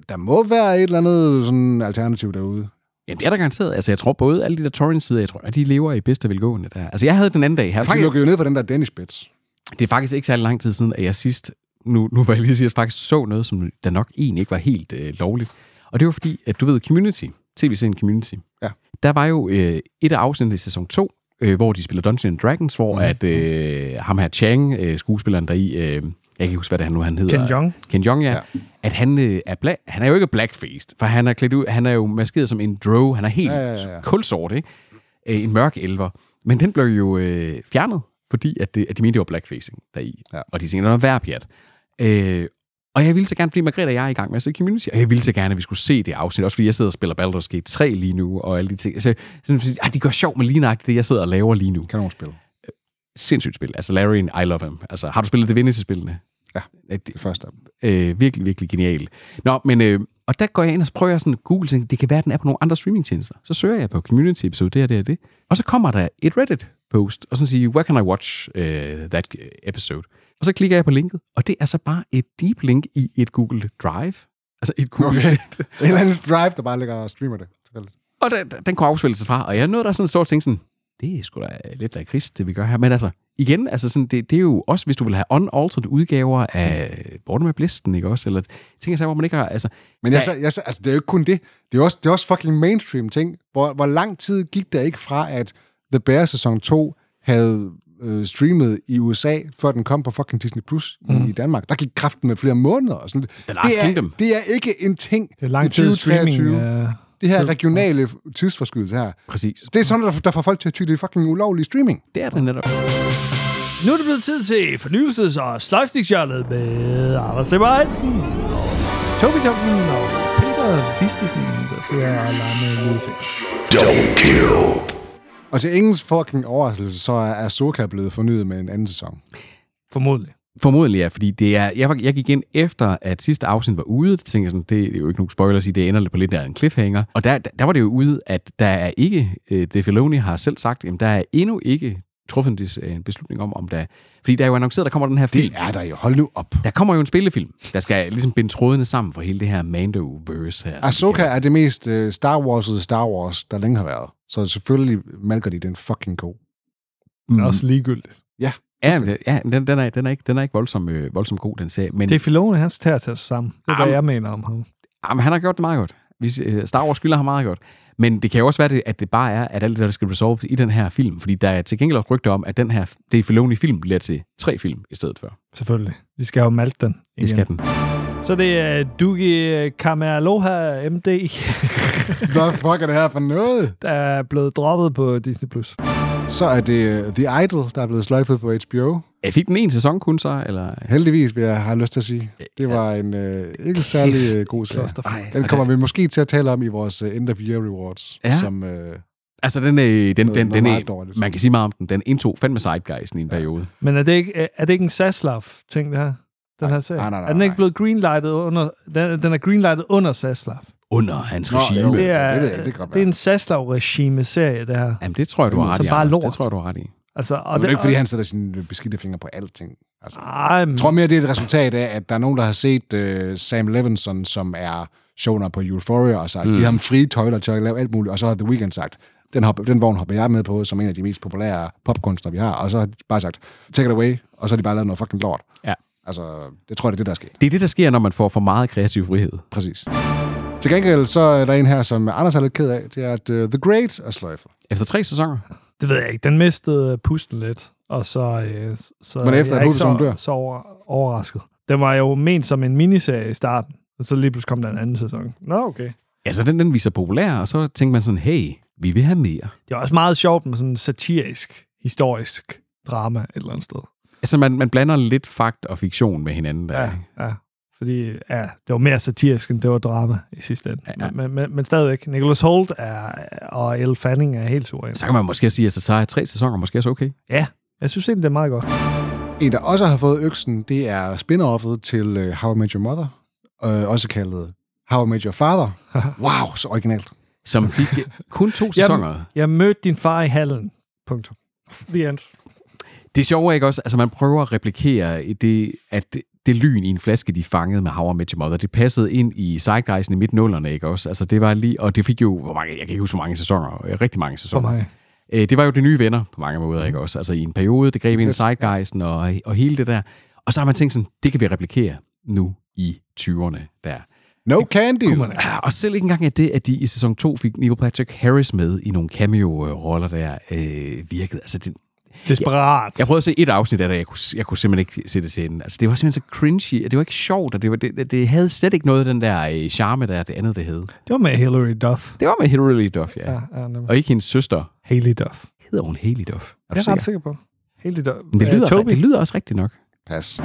[SPEAKER 2] der må være et eller andet sådan alternativ derude.
[SPEAKER 3] Jamen, det er der garanteret. Altså, jeg tror både alle de der torrent-sider, jeg tror, at de lever i bedste velgående der. Altså, jeg havde den anden dag her.
[SPEAKER 2] Faktisk... De
[SPEAKER 3] Faktisk,
[SPEAKER 2] lukkede jo ned for den der Danish Bits.
[SPEAKER 3] det er faktisk ikke særlig lang tid siden, at jeg sidst, nu, nu var jeg lige sige, at jeg faktisk så noget, som der nok egentlig ikke var helt øh, lovligt. Og det var fordi, at du ved, Community, tv-serien Community,
[SPEAKER 2] Ja.
[SPEAKER 3] der var jo øh, et af afsnittet i sæson 2, øh, hvor de spiller Dungeons and Dragons, hvor mm-hmm. at øh, ham her Chang, øh, skuespilleren deri, øh, jeg kan ikke huske, hvad det er nu, han hedder.
[SPEAKER 1] Ken Jeong.
[SPEAKER 3] Ken Jeong, ja. ja. At han, øh, er bla- han er jo ikke blackfaced, for han er klædt ud, han er jo maskeret som en drow, han er helt
[SPEAKER 2] Ja,
[SPEAKER 3] ja,
[SPEAKER 2] ja,
[SPEAKER 3] ja,
[SPEAKER 2] ja.
[SPEAKER 3] ja. kulsort, ikke? Øh, en mørk elver. Men den blev jo øh, fjernet, fordi at, det, at de mente, det var blackfacing deri.
[SPEAKER 2] Ja.
[SPEAKER 3] Ja. Og de tænkte, det var værd pjat. Øh, og jeg ville så gerne, fordi Margrethe og jeg er i gang med at se Community, og jeg ville så gerne, at vi skulle se det afsnit, også fordi jeg sidder og spiller Baldur's Gate 3 lige nu, og alle de ting. Så, så, så ah, de gør sjov med lige nøjagtigt det, jeg sidder og laver lige nu
[SPEAKER 2] Kanonspil.
[SPEAKER 3] sindssygt spil. Altså Larry and I Love Him. Altså, har du spillet Divinity-spillene?
[SPEAKER 2] Ja.
[SPEAKER 3] At det,
[SPEAKER 2] Det første af dem.
[SPEAKER 3] øh, virkelig, virkelig genialt. Nå, men... Øh, og der går jeg ind og så prøver jeg sådan at Google, tænker, det kan være, den er på nogle andre streamingtjenester. Så søger jeg på community episode, det her, det her, det. Og så kommer der et Reddit-post, og sådan siger, where can I watch uh, that episode? Og så klikker jeg på linket, og det er så bare et deep link i et Google Drive. Altså et Google
[SPEAKER 2] Okay. Et eller andet drive, der bare ligger og streamer det. Tilfældigt.
[SPEAKER 3] og den, den kunne afspille sig fra, og jeg nåede der sådan en stor ting sådan, det er sgu da lidt af kris, det vi gør her. Men altså, igen, altså sådan, det, det er jo også, hvis du vil have unaltered udgaver af Border med Blisten, ikke også? Eller ting, jeg sagde, hvor man ikke har, altså...
[SPEAKER 2] Men jeg,
[SPEAKER 3] Ja.
[SPEAKER 2] ja. jeg, altså, det er jo ikke kun det. Det er også, det er også fucking mainstream ting. Hvor, hvor lang tid gik der ikke fra, at The Bear sæson 2 havde øh, streamet i USA, før den kom på fucking Disney Plus mm. i Danmark. Der gik kraften med flere måneder. Og sådan.
[SPEAKER 3] Mhm. The Last
[SPEAKER 2] det, er,
[SPEAKER 3] Kingdom.
[SPEAKER 2] det er ikke en ting
[SPEAKER 1] Det er lang tid streaming. Øh,
[SPEAKER 2] Det her regionale tidsforskydelse her,
[SPEAKER 3] Præcis.
[SPEAKER 2] Det er sådan, der, der får folk til at ty til fucking ulovlig streaming.
[SPEAKER 3] Det er det netop.
[SPEAKER 1] nu er det blevet tid til fornyelses- og sløjfningshjørnet med Anders Simmer Hansen, og Tobi Jobben og Peter Vistisen, der sidder og leger med lydeffekter.
[SPEAKER 2] Og til ingens fucking overraskelse, så er Ahsoka blevet fornyet med en anden sæson.
[SPEAKER 1] Formodentlig.
[SPEAKER 3] Mm. Formodentlig ja, fordi det er, jeg, var- jeg gik ind efter, at sidste afsnit var ude, det tænkte jeg sådan, det, det er jo ikke nogen spoilers i, det ender lidt på lidt af en cliffhanger. Og der, der, der var det jo ude, at der er ikke, øh, det Filoni har selv sagt, jamen der er endnu ikke truffet en dis- en beslutning om, om der... Fordi der er jo annonceret, der kommer den her film.
[SPEAKER 2] Det er der jo. Hold nu op.
[SPEAKER 3] Der kommer jo en spillefilm, der skal ligesom binde trådene sammen for hele det her Mando-verse her.
[SPEAKER 2] Ahsoka er det mest øh, Star Wars'ede Star Wars, der længe har været. Så selvfølgelig malker de den fucking god.
[SPEAKER 1] Mm.
[SPEAKER 3] Mm.
[SPEAKER 1] Det er også ligegyldigt.
[SPEAKER 3] Ja, men det- ja den, den, er, den, er ikke, den er ikke voldsom, øh, voldsom god, den serie. Men
[SPEAKER 1] Det er Filone, han tager til os sammen. Det er, hvad
[SPEAKER 3] Am-
[SPEAKER 1] jeg mener om ham.
[SPEAKER 3] jamen, han har gjort det meget godt. Hvis, øh, Star Wars skylder ham meget godt. Men det kan jo også være, det- at det bare er, at alt det der, der skal resolves i den her film. Fordi der er til gengæld også rygter om, at den her, det er Filoni-film bliver til tre film i stedet for.
[SPEAKER 1] Selvfølgelig. Vi skal jo malte den.
[SPEAKER 3] Det skal den.
[SPEAKER 1] Så det er Dugi Kameraloha MD,
[SPEAKER 2] Hvad fuck er det her for noget?
[SPEAKER 1] der er blevet droppet på Disney+. Plus.
[SPEAKER 2] Så er det øh, The Idol, der er blevet sløjfet på HBO.
[SPEAKER 3] Jeg fik den en sæson kun så, eller...
[SPEAKER 2] Heldigvis, vil jeg have lyst til at sige. Det var en øh, ikke særlig øh, god serie.
[SPEAKER 1] Klosterfar.
[SPEAKER 2] Den kommer vi måske til at tale om i vores øh, End of Year Rewards,
[SPEAKER 3] Ja.
[SPEAKER 2] ja. som øh,
[SPEAKER 3] Altså, den, øh, den, den,
[SPEAKER 2] noget
[SPEAKER 3] den,
[SPEAKER 2] meget
[SPEAKER 3] den
[SPEAKER 2] dårligt.
[SPEAKER 3] man kan sige meget om den. Den indtog fandme sidegeisen i en periode.
[SPEAKER 1] Men er det ikke, er det ikke en Saslav-ting, det her? Den her serie?
[SPEAKER 2] nej, nej, nej,
[SPEAKER 1] er den ikke
[SPEAKER 2] nej.
[SPEAKER 1] blevet greenlightet under, den, den er greenlightet under Saslav?
[SPEAKER 3] Under hans
[SPEAKER 2] Nå,
[SPEAKER 3] regime.
[SPEAKER 2] jo.
[SPEAKER 1] Det er,
[SPEAKER 2] det ved jeg ikke, det kan godt
[SPEAKER 1] det er
[SPEAKER 2] være.
[SPEAKER 1] en Saslav-regime-serie, det her.
[SPEAKER 3] Jamen, det tror jeg, du har ret
[SPEAKER 1] Som
[SPEAKER 3] i,
[SPEAKER 1] bare
[SPEAKER 3] Anders.
[SPEAKER 1] lort.
[SPEAKER 3] Det tror jeg, du har ret i.
[SPEAKER 1] Altså,
[SPEAKER 2] Og
[SPEAKER 1] og
[SPEAKER 2] det er jo ikke, fordi han sætter sine beskidte fingre på alting. Altså,
[SPEAKER 1] Ej, men,
[SPEAKER 2] jeg tror mere, det er et resultat af, at der er nogen, der har set øh, Sam Levinson, som er showner på Euphoria, og sagt, mm. giv ham frie tøjler til at lave alt muligt, og så har The Weeknd sagt, den, hop, den vogn hopper jeg med på, som en af de mest populære popkunstnere, vi har, og så har de bare sagt, take it away, og så har de bare lavet noget fucking lort.
[SPEAKER 3] Ja.
[SPEAKER 2] Altså, det tror jeg, det er det, der er sket.
[SPEAKER 3] Det er det, der sker, når man får for meget kreativ frihed.
[SPEAKER 2] Præcis. Til gengæld så er der en her, som Anders er lidt ked af, det er, at øh, The Great er sløjfet.
[SPEAKER 3] Efter tre sæsoner.
[SPEAKER 1] det ved jeg ikke. Den mistede pusten lidt, og så, øh, så
[SPEAKER 2] Men efter,
[SPEAKER 1] jeg
[SPEAKER 2] at
[SPEAKER 1] ikke
[SPEAKER 2] hovedpersonen
[SPEAKER 1] så,
[SPEAKER 2] dør.
[SPEAKER 1] så over, overrasket. Den var jo ment som en miniserie i starten, og så lige pludselig kom der en anden sæson. Nå, okay.
[SPEAKER 3] Altså, den, den viser populær, og så tænker man sådan, hey, vi vil have mere.
[SPEAKER 1] Det er også meget sjovt med sådan en satirisk, historisk drama et eller andet sted.
[SPEAKER 3] Altså, man, man blander lidt fakt og fiktion med hinanden. Der.
[SPEAKER 1] Ja, ja. Fordi ja, det var mere satirisk, end det var drama i sidste ende.
[SPEAKER 3] Ja, ja.
[SPEAKER 1] Men, men, men stadigvæk, Nicholas Holt er, og Elle Fanning er helt suveræn.
[SPEAKER 3] Så kan man måske sige, at så er tre sæsoner måske også okay.
[SPEAKER 1] Ja, jeg synes egentlig, det er meget godt.
[SPEAKER 2] En, der også har fået øksen, det er spin-offet til øh, How I Met Your Mother, øh, også kaldet How I Met Your Father. Wow, så originalt.
[SPEAKER 3] Som fik øh, kun to sæsoner.
[SPEAKER 1] Jeg mødte din far i hallen. Punktum. The end.
[SPEAKER 3] Det sjove er ikke også, altså man prøver at replikere i det, at det, det lyn i en flaske, de fangede med How I Met Your Mother, det passede ind i zeitgeisten i midt nullerne, ikke også? Altså det var lige, og det fik jo, hvor mange, jeg kan ikke huske, hvor mange sæsoner, øh, rigtig mange
[SPEAKER 1] For
[SPEAKER 3] sæsoner.
[SPEAKER 1] mig.
[SPEAKER 3] Øh, det var jo det nye venner på mange måder, ikke også? Altså i en periode, det greb ind i zeitgeisten og, og hele det der. Og så har man tænkt sådan, det kan vi replikere nu i 20'erne der.
[SPEAKER 2] No Candy.
[SPEAKER 1] Kunne man ikke.
[SPEAKER 3] Ah, Og selv ikke engang at det, at de i sæson 2 fik Neil Patrick Harris med i nogle cameo-roller, der øh, virkede. Altså, det,
[SPEAKER 1] Desperat.
[SPEAKER 3] jeg prøvede at se et afsnit af det, og jeg kunne, jeg kunne simpelthen ikke se det til enden. Altså, det var simpelthen så cringy, og det var ikke sjovt, og det, var, det, det- det havde slet ikke noget af den der øh, charme, der det andet, det hed.
[SPEAKER 1] Det var med Hillary Duff.
[SPEAKER 3] Det var med Hilary Duff, ja.
[SPEAKER 1] Ja,
[SPEAKER 3] ja.
[SPEAKER 1] ja nemlig.
[SPEAKER 3] Og ikke hendes søster.
[SPEAKER 1] Haley Duff.
[SPEAKER 3] Hedder hun Haley Duff? Er
[SPEAKER 1] Det er
[SPEAKER 3] du
[SPEAKER 1] jeg ret
[SPEAKER 3] sikker?
[SPEAKER 1] sikker på. Haley Duff.
[SPEAKER 3] Men det
[SPEAKER 1] Øh,
[SPEAKER 3] lyder,
[SPEAKER 1] Toby.
[SPEAKER 3] det lyder også rigtigt nok.
[SPEAKER 2] Pas.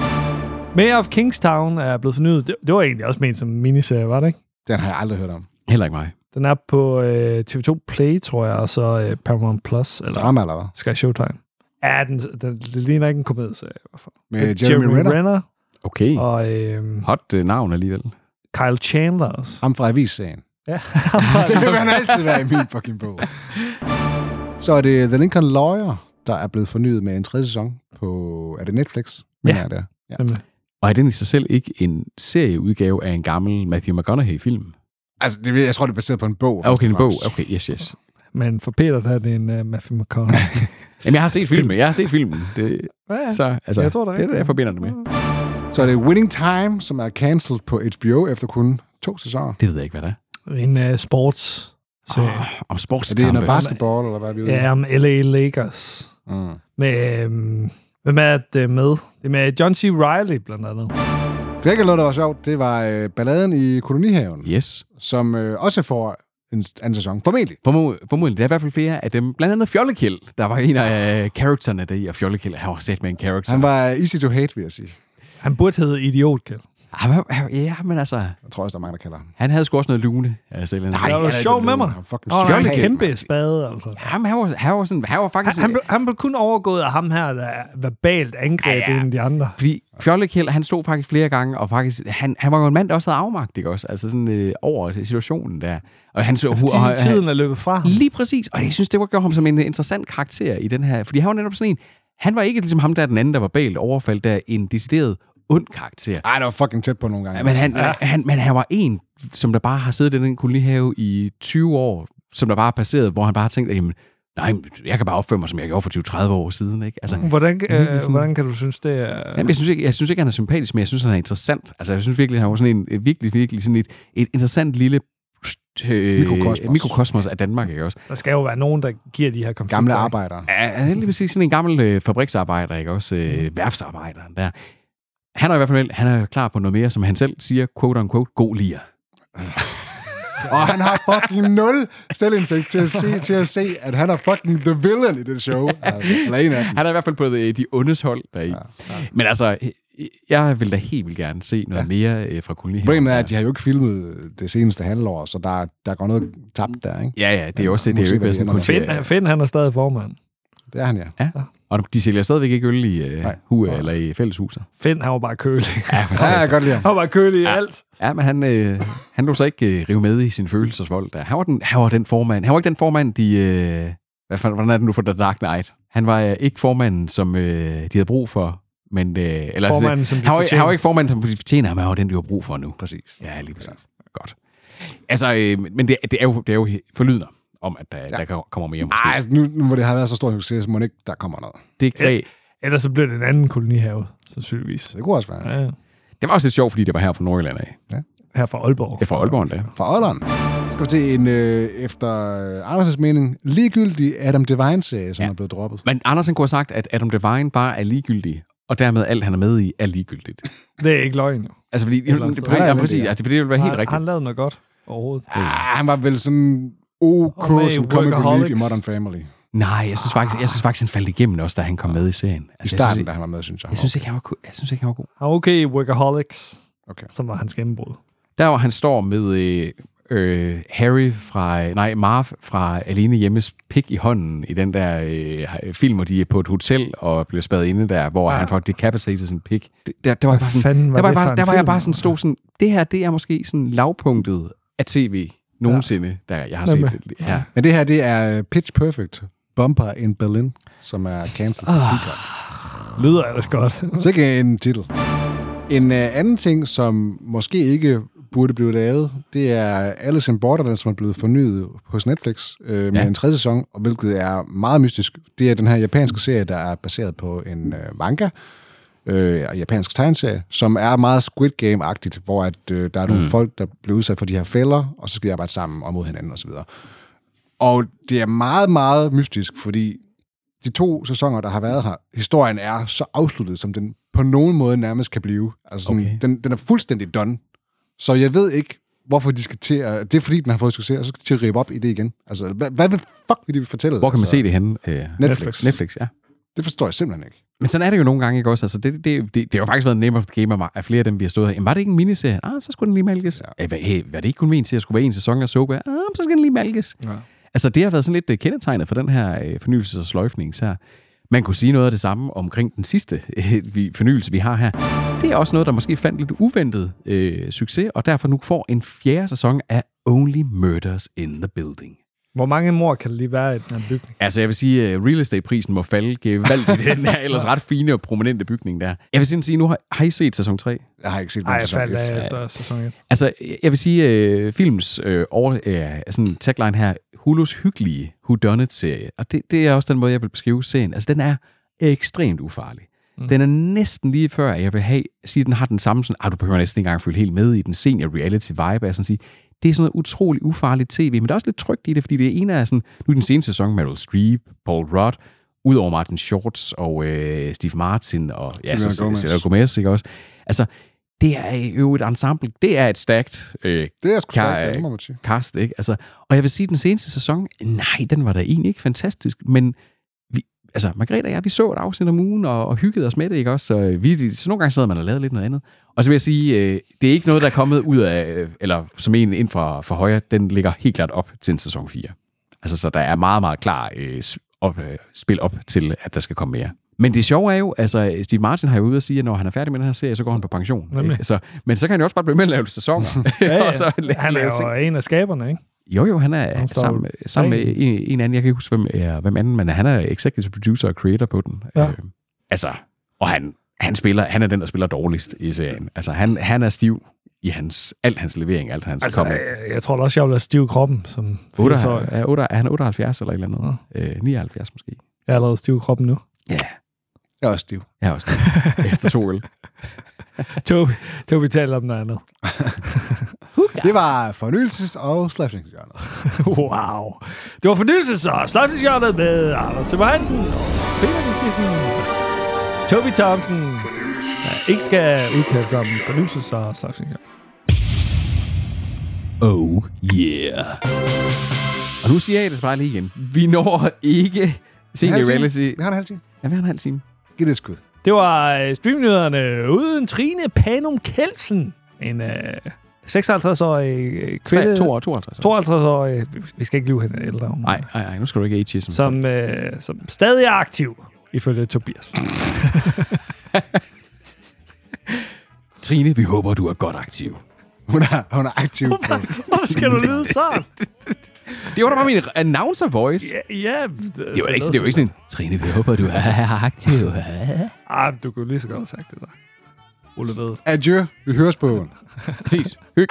[SPEAKER 1] Mayor of Kingstown er blevet fornyet. Det, det var egentlig også ment som en miniserie, var det ikke?
[SPEAKER 2] Den har jeg aldrig hørt om.
[SPEAKER 3] Heller ikke mig.
[SPEAKER 1] Den er på øh, TV2 Play, tror jeg, og så øh, Paramount Plus, eller
[SPEAKER 2] Drama eller hvad?
[SPEAKER 1] Sky Showtime. Ja, den, den, det ligner ikke en komedieserie. i hvert fald.
[SPEAKER 2] Med Øh, Jeremy, Renner.
[SPEAKER 1] Renner.
[SPEAKER 3] Okay.
[SPEAKER 1] og øh,
[SPEAKER 3] Hot øh, navn alligevel.
[SPEAKER 1] Kyle Chandler også.
[SPEAKER 2] Ham fra Avis-serien.
[SPEAKER 1] Ja.
[SPEAKER 2] det vil han altid være i min fucking bog. Så er det The Lincoln Lawyer, der er blevet fornyet med en tredje sæson på... Er det Netflix? Men
[SPEAKER 1] Ja.
[SPEAKER 2] Er det? ja.
[SPEAKER 1] Nemlig.
[SPEAKER 3] Og er den i sig selv ikke en serieudgave af en gammel Matthew McConaughey-film?
[SPEAKER 2] Altså, det, ved- jeg tror, det er baseret på en bog.
[SPEAKER 3] Okay,
[SPEAKER 2] først
[SPEAKER 3] en
[SPEAKER 2] og
[SPEAKER 3] bog.
[SPEAKER 2] fremmest.
[SPEAKER 3] Okay, yes, yes.
[SPEAKER 1] Men for Peter, der er det en uh, Matthew McConaughey.
[SPEAKER 3] Jamen, jeg har set filmen. Jeg har set filmen. Det,
[SPEAKER 1] ja, ja.
[SPEAKER 3] så, altså,
[SPEAKER 1] Jeg tror, det er
[SPEAKER 3] det er det,
[SPEAKER 1] rigtigt.
[SPEAKER 3] jeg forbinder det med.
[SPEAKER 2] Så er det Winning Time, som er cancelled på HBO efter kun to sæsoner.
[SPEAKER 3] Det ved jeg ikke, hvad det er.
[SPEAKER 1] En uh, sports serie.
[SPEAKER 2] Ah.
[SPEAKER 3] Oh, om
[SPEAKER 2] Er det
[SPEAKER 3] sportskampe.
[SPEAKER 2] noget basketball, eller hvad er vi ude i?
[SPEAKER 1] Ja, om LA Lakers.
[SPEAKER 2] Mm.
[SPEAKER 1] Med, øhm, hvem er det med? Det er med John C. Reilly, blandt andet.
[SPEAKER 2] Det ikke noget, der var sjovt. Det var øh, balladen i Kolonihaven, yeah.
[SPEAKER 3] Yes.
[SPEAKER 2] som øh, også får en s- anden sæson. Formentlig.
[SPEAKER 3] Formo- Formodentlig. Der er i hvert fald flere af dem. Blandt andet Fjollekild. Der var en af karaktererne der i, og Fjollekild han var sat med en karakter.
[SPEAKER 2] Han var easy to hate, vil jeg sige.
[SPEAKER 1] Han burde hedde Idiot, Kjell.
[SPEAKER 3] Han var- han- Ah, Ja, men altså,
[SPEAKER 2] Jeg tror også, der er mange, der kalder ham.
[SPEAKER 3] han havde sgu også noget lune. Altså, et eller andet.
[SPEAKER 1] Ej, var
[SPEAKER 2] han
[SPEAKER 1] sjov
[SPEAKER 2] ikke
[SPEAKER 1] med
[SPEAKER 2] lun.
[SPEAKER 1] mig.
[SPEAKER 2] Han er fucking
[SPEAKER 1] Åh, han er en
[SPEAKER 2] skaldet.
[SPEAKER 1] kæmpe spade, altså.
[SPEAKER 3] Jamen, han, var, han, var sådan, han var
[SPEAKER 1] Han,
[SPEAKER 3] faktisk...
[SPEAKER 1] han, blev, han blev kun overgået af ham her, der er verbalt angreb ja,
[SPEAKER 3] Ja,
[SPEAKER 1] ja.
[SPEAKER 3] ja.
[SPEAKER 1] de andre.
[SPEAKER 3] Fordi Fjollekjeld, han stod faktisk flere gange, og faktisk, han, han var jo en mand, der også havde afmagt, ikke også? Altså sådan øh, over situationen der. Og han så... og- og-
[SPEAKER 1] Fordi Altså, tiden er løbet fra ham.
[SPEAKER 3] Lige præcis. Og jeg synes, det var gjort ham som en øh, interessant karakter i den her. Fordi han var netop sådan en... Han var ikke ligesom ham der, den anden, der var bælt overfald, der er en decideret ond karakter.
[SPEAKER 2] Ej, det var fucking tæt på nogle gange.
[SPEAKER 3] Ja, Men han, ja. han, men han var en, som der bare har siddet i den kolonihave i 20 år, som der bare har passeret, hvor han bare har tænkt, at jamen, nej, men jeg kan bare opføre mig, som jeg gjorde for 20-30 år siden. Ikke? Altså, mm.
[SPEAKER 1] Hvordan, øh, hvordan kan du synes, det er...
[SPEAKER 3] jamen, jeg, synes ikke, jeg synes ikke, han er sympatisk, men jeg synes, han er interessant. Altså, jeg synes virkelig, han var sådan en, øh, virkelig, virkelig sådan et, et interessant lille øh,
[SPEAKER 2] Mikrokosmos.
[SPEAKER 3] mikrokosmos af Danmark, ikke også?
[SPEAKER 1] Der skal jo være nogen, der giver de her konflikter.
[SPEAKER 2] Gamle
[SPEAKER 1] ikke?
[SPEAKER 2] arbejdere.
[SPEAKER 3] Ja, han er lige præcis sådan en gammel øh, fabriksarbejder, ikke også?
[SPEAKER 2] Mm.
[SPEAKER 3] Øh, værfsarbejderen der.
[SPEAKER 2] Mm.
[SPEAKER 3] Han er i hvert fald han er klar på noget mere, som han selv siger, quote unquote, god lier.
[SPEAKER 2] Og han har fucking nul selvindsigt til at, se, til at se, at han er fucking the villain i det show. Altså, eller en af dem.
[SPEAKER 3] Han er i hvert fald på øh, de ondes hold deri. Ja, ja. Men altså, øh, jeg vil da helt vildt gerne se noget ja. mere øh, fra kolonihaven.
[SPEAKER 2] Problemet er, at de har jo ikke filmet det seneste halvår, så der, der går noget tabt der, ikke?
[SPEAKER 3] Ja, ja, det er jo også det.
[SPEAKER 2] må
[SPEAKER 3] Det er
[SPEAKER 2] se,
[SPEAKER 3] jo ikke
[SPEAKER 2] hvad
[SPEAKER 3] været
[SPEAKER 2] det
[SPEAKER 3] sådan
[SPEAKER 2] ender med.
[SPEAKER 3] kun
[SPEAKER 1] Finn, Finn, han er stadig formand.
[SPEAKER 2] Det er han, ja.
[SPEAKER 3] Ja. Og de sælger stadigvæk ikke øl i uh,
[SPEAKER 2] Nej.
[SPEAKER 3] huer eller i fælleshuser.
[SPEAKER 1] Finn, han var bare kølig.
[SPEAKER 3] Ja, for
[SPEAKER 2] Ja, jeg
[SPEAKER 3] ja,
[SPEAKER 2] kan godt lide ham.
[SPEAKER 1] Han var bare kølig i
[SPEAKER 3] Ja.
[SPEAKER 1] alt.
[SPEAKER 3] ja men han, øh, han lå sig ikke øh, rive med i sin følelsesvold. Der. Han, var den, han var den formand. Han var ikke den formand, de... Øh, hvad fanden, hvordan er det nu for The Dark Knight? Han var øh, ikke formanden, som øh, de havde brug for. Men, øh, eller, altså,
[SPEAKER 1] Formanden, som de
[SPEAKER 3] han, var, han var
[SPEAKER 1] fortjener.
[SPEAKER 3] ikke formanden, som de fortjener, men han var den, de var brug for nu.
[SPEAKER 2] Præcis.
[SPEAKER 3] Ja, lige præcis. Ja. Godt. Altså, øh, men det, det, er jo, det er jo he- forlydender om, at øh, der, ja. der kan- kommer mere måske.
[SPEAKER 2] Ej, altså, nu, nu hvor det har været så stor en succes, så må det ikke, der kommer noget.
[SPEAKER 3] det er greb.
[SPEAKER 1] Ellers så blev det en anden kolonihave, sandsynligvis.
[SPEAKER 2] Det kunne også være.
[SPEAKER 1] Ja, ja.
[SPEAKER 3] Det var også lidt sjovt, fordi det var her fra Nordjylland af.
[SPEAKER 1] her fra Aalborg.
[SPEAKER 3] Det er fra Aalborg, der.
[SPEAKER 2] For Odderen skal vi til en, øh, efter øh, Anders' mening, ligegyldig Adam Devine-serie, som
[SPEAKER 3] Ja.
[SPEAKER 2] ja. er blevet droppet.
[SPEAKER 3] Men Andersen kunne have sagt, at Adam Devine bare er ligegyldig, og dermed alt, han er med i, er ligegyldigt.
[SPEAKER 1] Det er ikke løgn, jo.
[SPEAKER 3] Altså, fordi... Det,
[SPEAKER 1] Eller
[SPEAKER 3] det,
[SPEAKER 1] sådan
[SPEAKER 3] det,
[SPEAKER 2] noget.
[SPEAKER 3] ja, præcis. Ja, det, det ville være helt
[SPEAKER 1] Har-
[SPEAKER 3] rigtigt.
[SPEAKER 1] Har han lavet noget godt overhovedet?
[SPEAKER 2] Ah, han var vel sådan OK
[SPEAKER 1] Og med i
[SPEAKER 2] som comic relief
[SPEAKER 1] Workaholics.
[SPEAKER 2] i Modern Family.
[SPEAKER 3] Nej, jeg synes, faktisk, jeg synes faktisk, han faldt igennem også, da han kom med i serien.
[SPEAKER 2] I
[SPEAKER 3] Altså, jeg synes,
[SPEAKER 2] starten, da
[SPEAKER 3] ikke-
[SPEAKER 2] han var med, synes jeg.
[SPEAKER 3] jeg synes ikke, han var, go- jeg synes ikke, han var god.
[SPEAKER 1] Han var okay i Workaholics,
[SPEAKER 2] Okay.
[SPEAKER 1] som var hans gennembrud.
[SPEAKER 3] Der, hvor han står med øh, øh, Harry fra... Nej, Marv fra Alene Hjemmes pik i hånden i den der øh, film, hvor de er på et hotel og bliver spadet inde der, hvor ja. han får decapitated sin pik. Det- Der, der var, jeg bare sådan,
[SPEAKER 1] fanden var
[SPEAKER 3] der var, jeg
[SPEAKER 1] det for
[SPEAKER 3] bare,
[SPEAKER 1] en
[SPEAKER 3] der var jeg
[SPEAKER 1] film?
[SPEAKER 3] bare sådan, stod sådan... Det her, det er måske sådan lavpunktet af tv nogensinde, ja. der jeg har set
[SPEAKER 1] Nemlig.
[SPEAKER 3] det her.
[SPEAKER 2] Men det her, det er øh, Pitch Perfect, Bumper in Berlin, som er cancelled. Ah.
[SPEAKER 1] Lyder ellers godt.
[SPEAKER 2] Så ikke en titel. En øh, anden ting, som måske ikke burde blive lavet, det er Alice in Borderland, som er blevet fornyet hos Netflix øh, med
[SPEAKER 3] Ja.
[SPEAKER 2] ja. en tredje sæson, og hvilket er meget mystisk. Det er den her japanske serie, der er baseret på en øh, manga, øh, og japansk tegneserie, som er meget Squid Game-agtigt, hvor at, øh, der er
[SPEAKER 3] Mm.
[SPEAKER 2] nogle folk, der bliver udsat for de her fælder, og så skal de arbejde sammen og mod hinanden osv. Og det er meget, meget mystisk, fordi de to sæsoner, der har været her, historien er så afsluttet, som den på nogen måde nærmest kan blive. Altså sådan,
[SPEAKER 3] Okay.
[SPEAKER 2] okay. den, den er fuldstændig done. Så jeg ved ikke, hvorfor de skal til at... Det er fordi, den har fået succes, og så skal de til at rippe op i det igen. Altså, hvad, hvad vil fuck vil de fortælle?
[SPEAKER 3] Hvor kan man
[SPEAKER 2] altså,
[SPEAKER 3] se det henne? Øh,
[SPEAKER 2] Netflix. Netflix.
[SPEAKER 3] Netflix, ja.
[SPEAKER 2] Det forstår jeg simpelthen ikke.
[SPEAKER 3] Men sådan er det jo nogle gange, ikke også? Altså, det, det, det, det har jo faktisk været name of the game af, mig- af flere af dem, vi har stået her. Jamen, var det ikke en miniserie? Ah, så skulle den lige malkes. Ja. Æh, hvad, hey, var det ikke kun ment til at skulle være en sæson af soap? Ah, så skal den lige malkes. Ja. Altså, det har været sådan lidt øh, kendetegnet for den her øh, fornyelse og sløjfning. Så man kunne sige noget af det samme omkring den sidste øh, vi, fornyelse, vi har her. Det er også noget, der måske fandt lidt uventet øh, succes, og derfor nu får en fjerde sæson af Only Murders in the Building.
[SPEAKER 1] Hvor mange mor kan det lige være i den her bygning?
[SPEAKER 3] Altså, jeg vil sige, at real estate-prisen må falde gevaldigt i den her ellers ret fine og prominente bygning der. Jeg vil sådan sige, nu har, har I set sæson 3?
[SPEAKER 2] Jeg har ikke set
[SPEAKER 1] Nej,
[SPEAKER 2] nogen
[SPEAKER 1] jeg
[SPEAKER 2] sæson
[SPEAKER 1] faldt
[SPEAKER 2] et.
[SPEAKER 1] af efter sæson 1.
[SPEAKER 3] Altså, jeg vil sige, øh, filmens øh, over, øh, sådan tagline her, Hulus hyggelige whodunit-serie, og det, det er også den måde, jeg vil beskrive serien. Altså, den er ekstremt ufarlig. Mm. Den er næsten lige før, at jeg vil have, sige, at den har den samme sådan, ah, du behøver næsten ikke engang følge helt med i den senior reality vibe, af sådan at sige, det er sådan noget utrolig ufarligt tv, men der er også lidt trygt i det, fordi det ene er sådan, nu i den seneste sæson, Meryl Streep, Paul Rudd, udover Martin Shorts og øh, Steve Martin og ja,
[SPEAKER 2] Selena
[SPEAKER 3] så,
[SPEAKER 2] Gomez.
[SPEAKER 3] Selena Gomez, ikke også? Altså, det er jo et ensemble, det er et stærkt øh,
[SPEAKER 2] Det er sgu
[SPEAKER 3] Kan-
[SPEAKER 2] stærkt, ja, det må man sige.
[SPEAKER 3] cast, ikke? Altså, og jeg vil sige, at den seneste sæson, nej, den var da egentlig ikke fantastisk, men vi, altså, Margrethe og jeg, vi så et afsnit om ugen og, og hyggede os med det, ikke også? Så, øh, vi, så nogle gange sad man og lavede lidt noget andet. Og så vil jeg sige, øh, det er ikke noget, der er kommet ud af, øh, eller som en ind fra, fra højre, den ligger helt klart op til en sæson 4. Altså, så der er meget, meget klar øh, s- op, øh, spil op til, at der skal komme mere. Men det sjove er jo, altså Steve Martin har jo ude at sige, at når han er færdig med den her serie, så går han på pension.
[SPEAKER 1] Nemlig.
[SPEAKER 3] ikke? Så, men så kan han jo også bare blive med at lave sæsoner. og så la-
[SPEAKER 1] Han er
[SPEAKER 3] lave ting.
[SPEAKER 1] jo en af skaberne, ikke?
[SPEAKER 3] Jo, jo, han er
[SPEAKER 1] Han står
[SPEAKER 3] sammen,
[SPEAKER 1] jo
[SPEAKER 3] sammen med
[SPEAKER 1] bag.
[SPEAKER 3] en, en anden, jeg kan ikke huske, hvem, er, hvem anden, men han er executive producer og creator på den.
[SPEAKER 1] Ja.
[SPEAKER 3] altså, og han, han, spiller, han er den, der spiller dårligst i serien. Altså, han, han er stiv i hans, alt hans levering, alt hans
[SPEAKER 1] Altså,
[SPEAKER 3] altså, kommet.
[SPEAKER 1] jeg, jeg tror da også, jeg ville have stiv i kroppen som 80 år.
[SPEAKER 3] Er, otte- er han 78 eller et eller andet? Øh, 79 måske.
[SPEAKER 1] Jeg er allerede stiv i kroppen nu.
[SPEAKER 3] Ja,
[SPEAKER 2] Jeg er også stiv.
[SPEAKER 3] jeg er også det. Efter to øl.
[SPEAKER 1] Tobi, Tobi taler om noget andet.
[SPEAKER 2] Det var fornyelses- og slæftningshjørnet.
[SPEAKER 1] wow. Det var fornyelses- og slagtidshjørnet med Anders Simmer Hansen og Peter Vistisen. Tobi Thompson der ikke skal udtale sig om fornyelses- og slagtidshjørnet.
[SPEAKER 3] Oh yeah. Og nu siger jeg det bare lige igen. Vi når ikke
[SPEAKER 2] En halv
[SPEAKER 3] Senior
[SPEAKER 2] time.
[SPEAKER 3] Reality.
[SPEAKER 2] Vi har en halv time.
[SPEAKER 3] Ja, hvad er en halv time?
[SPEAKER 2] Giv det et skud.
[SPEAKER 1] Det var øh, streamnyhederne uden Trine Panum Kelsen. En øh, 56-årig øh, kvinde.
[SPEAKER 3] 2 52.
[SPEAKER 1] 52-årig. Vi skal ikke lyve hende er ældre. Hun,
[SPEAKER 3] Nej, nej, nej, nu skal du ikke ageism.
[SPEAKER 1] Som, øh, som stadig er aktiv, ifølge Tobias.
[SPEAKER 3] Trine, vi håber, du er godt aktiv.
[SPEAKER 2] Hun er, hun er aktiv. på-
[SPEAKER 1] Hvorfor skal du lyde sådan?
[SPEAKER 3] Det var da bare min announcer voice.
[SPEAKER 1] Ja, ja det,
[SPEAKER 3] Det var, ikke, det var ikke sådan, Trine, vi håber, du er aktiv.
[SPEAKER 1] Ah, du kunne lige så godt have sagt det der. Rulle ned.
[SPEAKER 2] Adieu. Vi høres på.
[SPEAKER 3] Præcis. Hyg.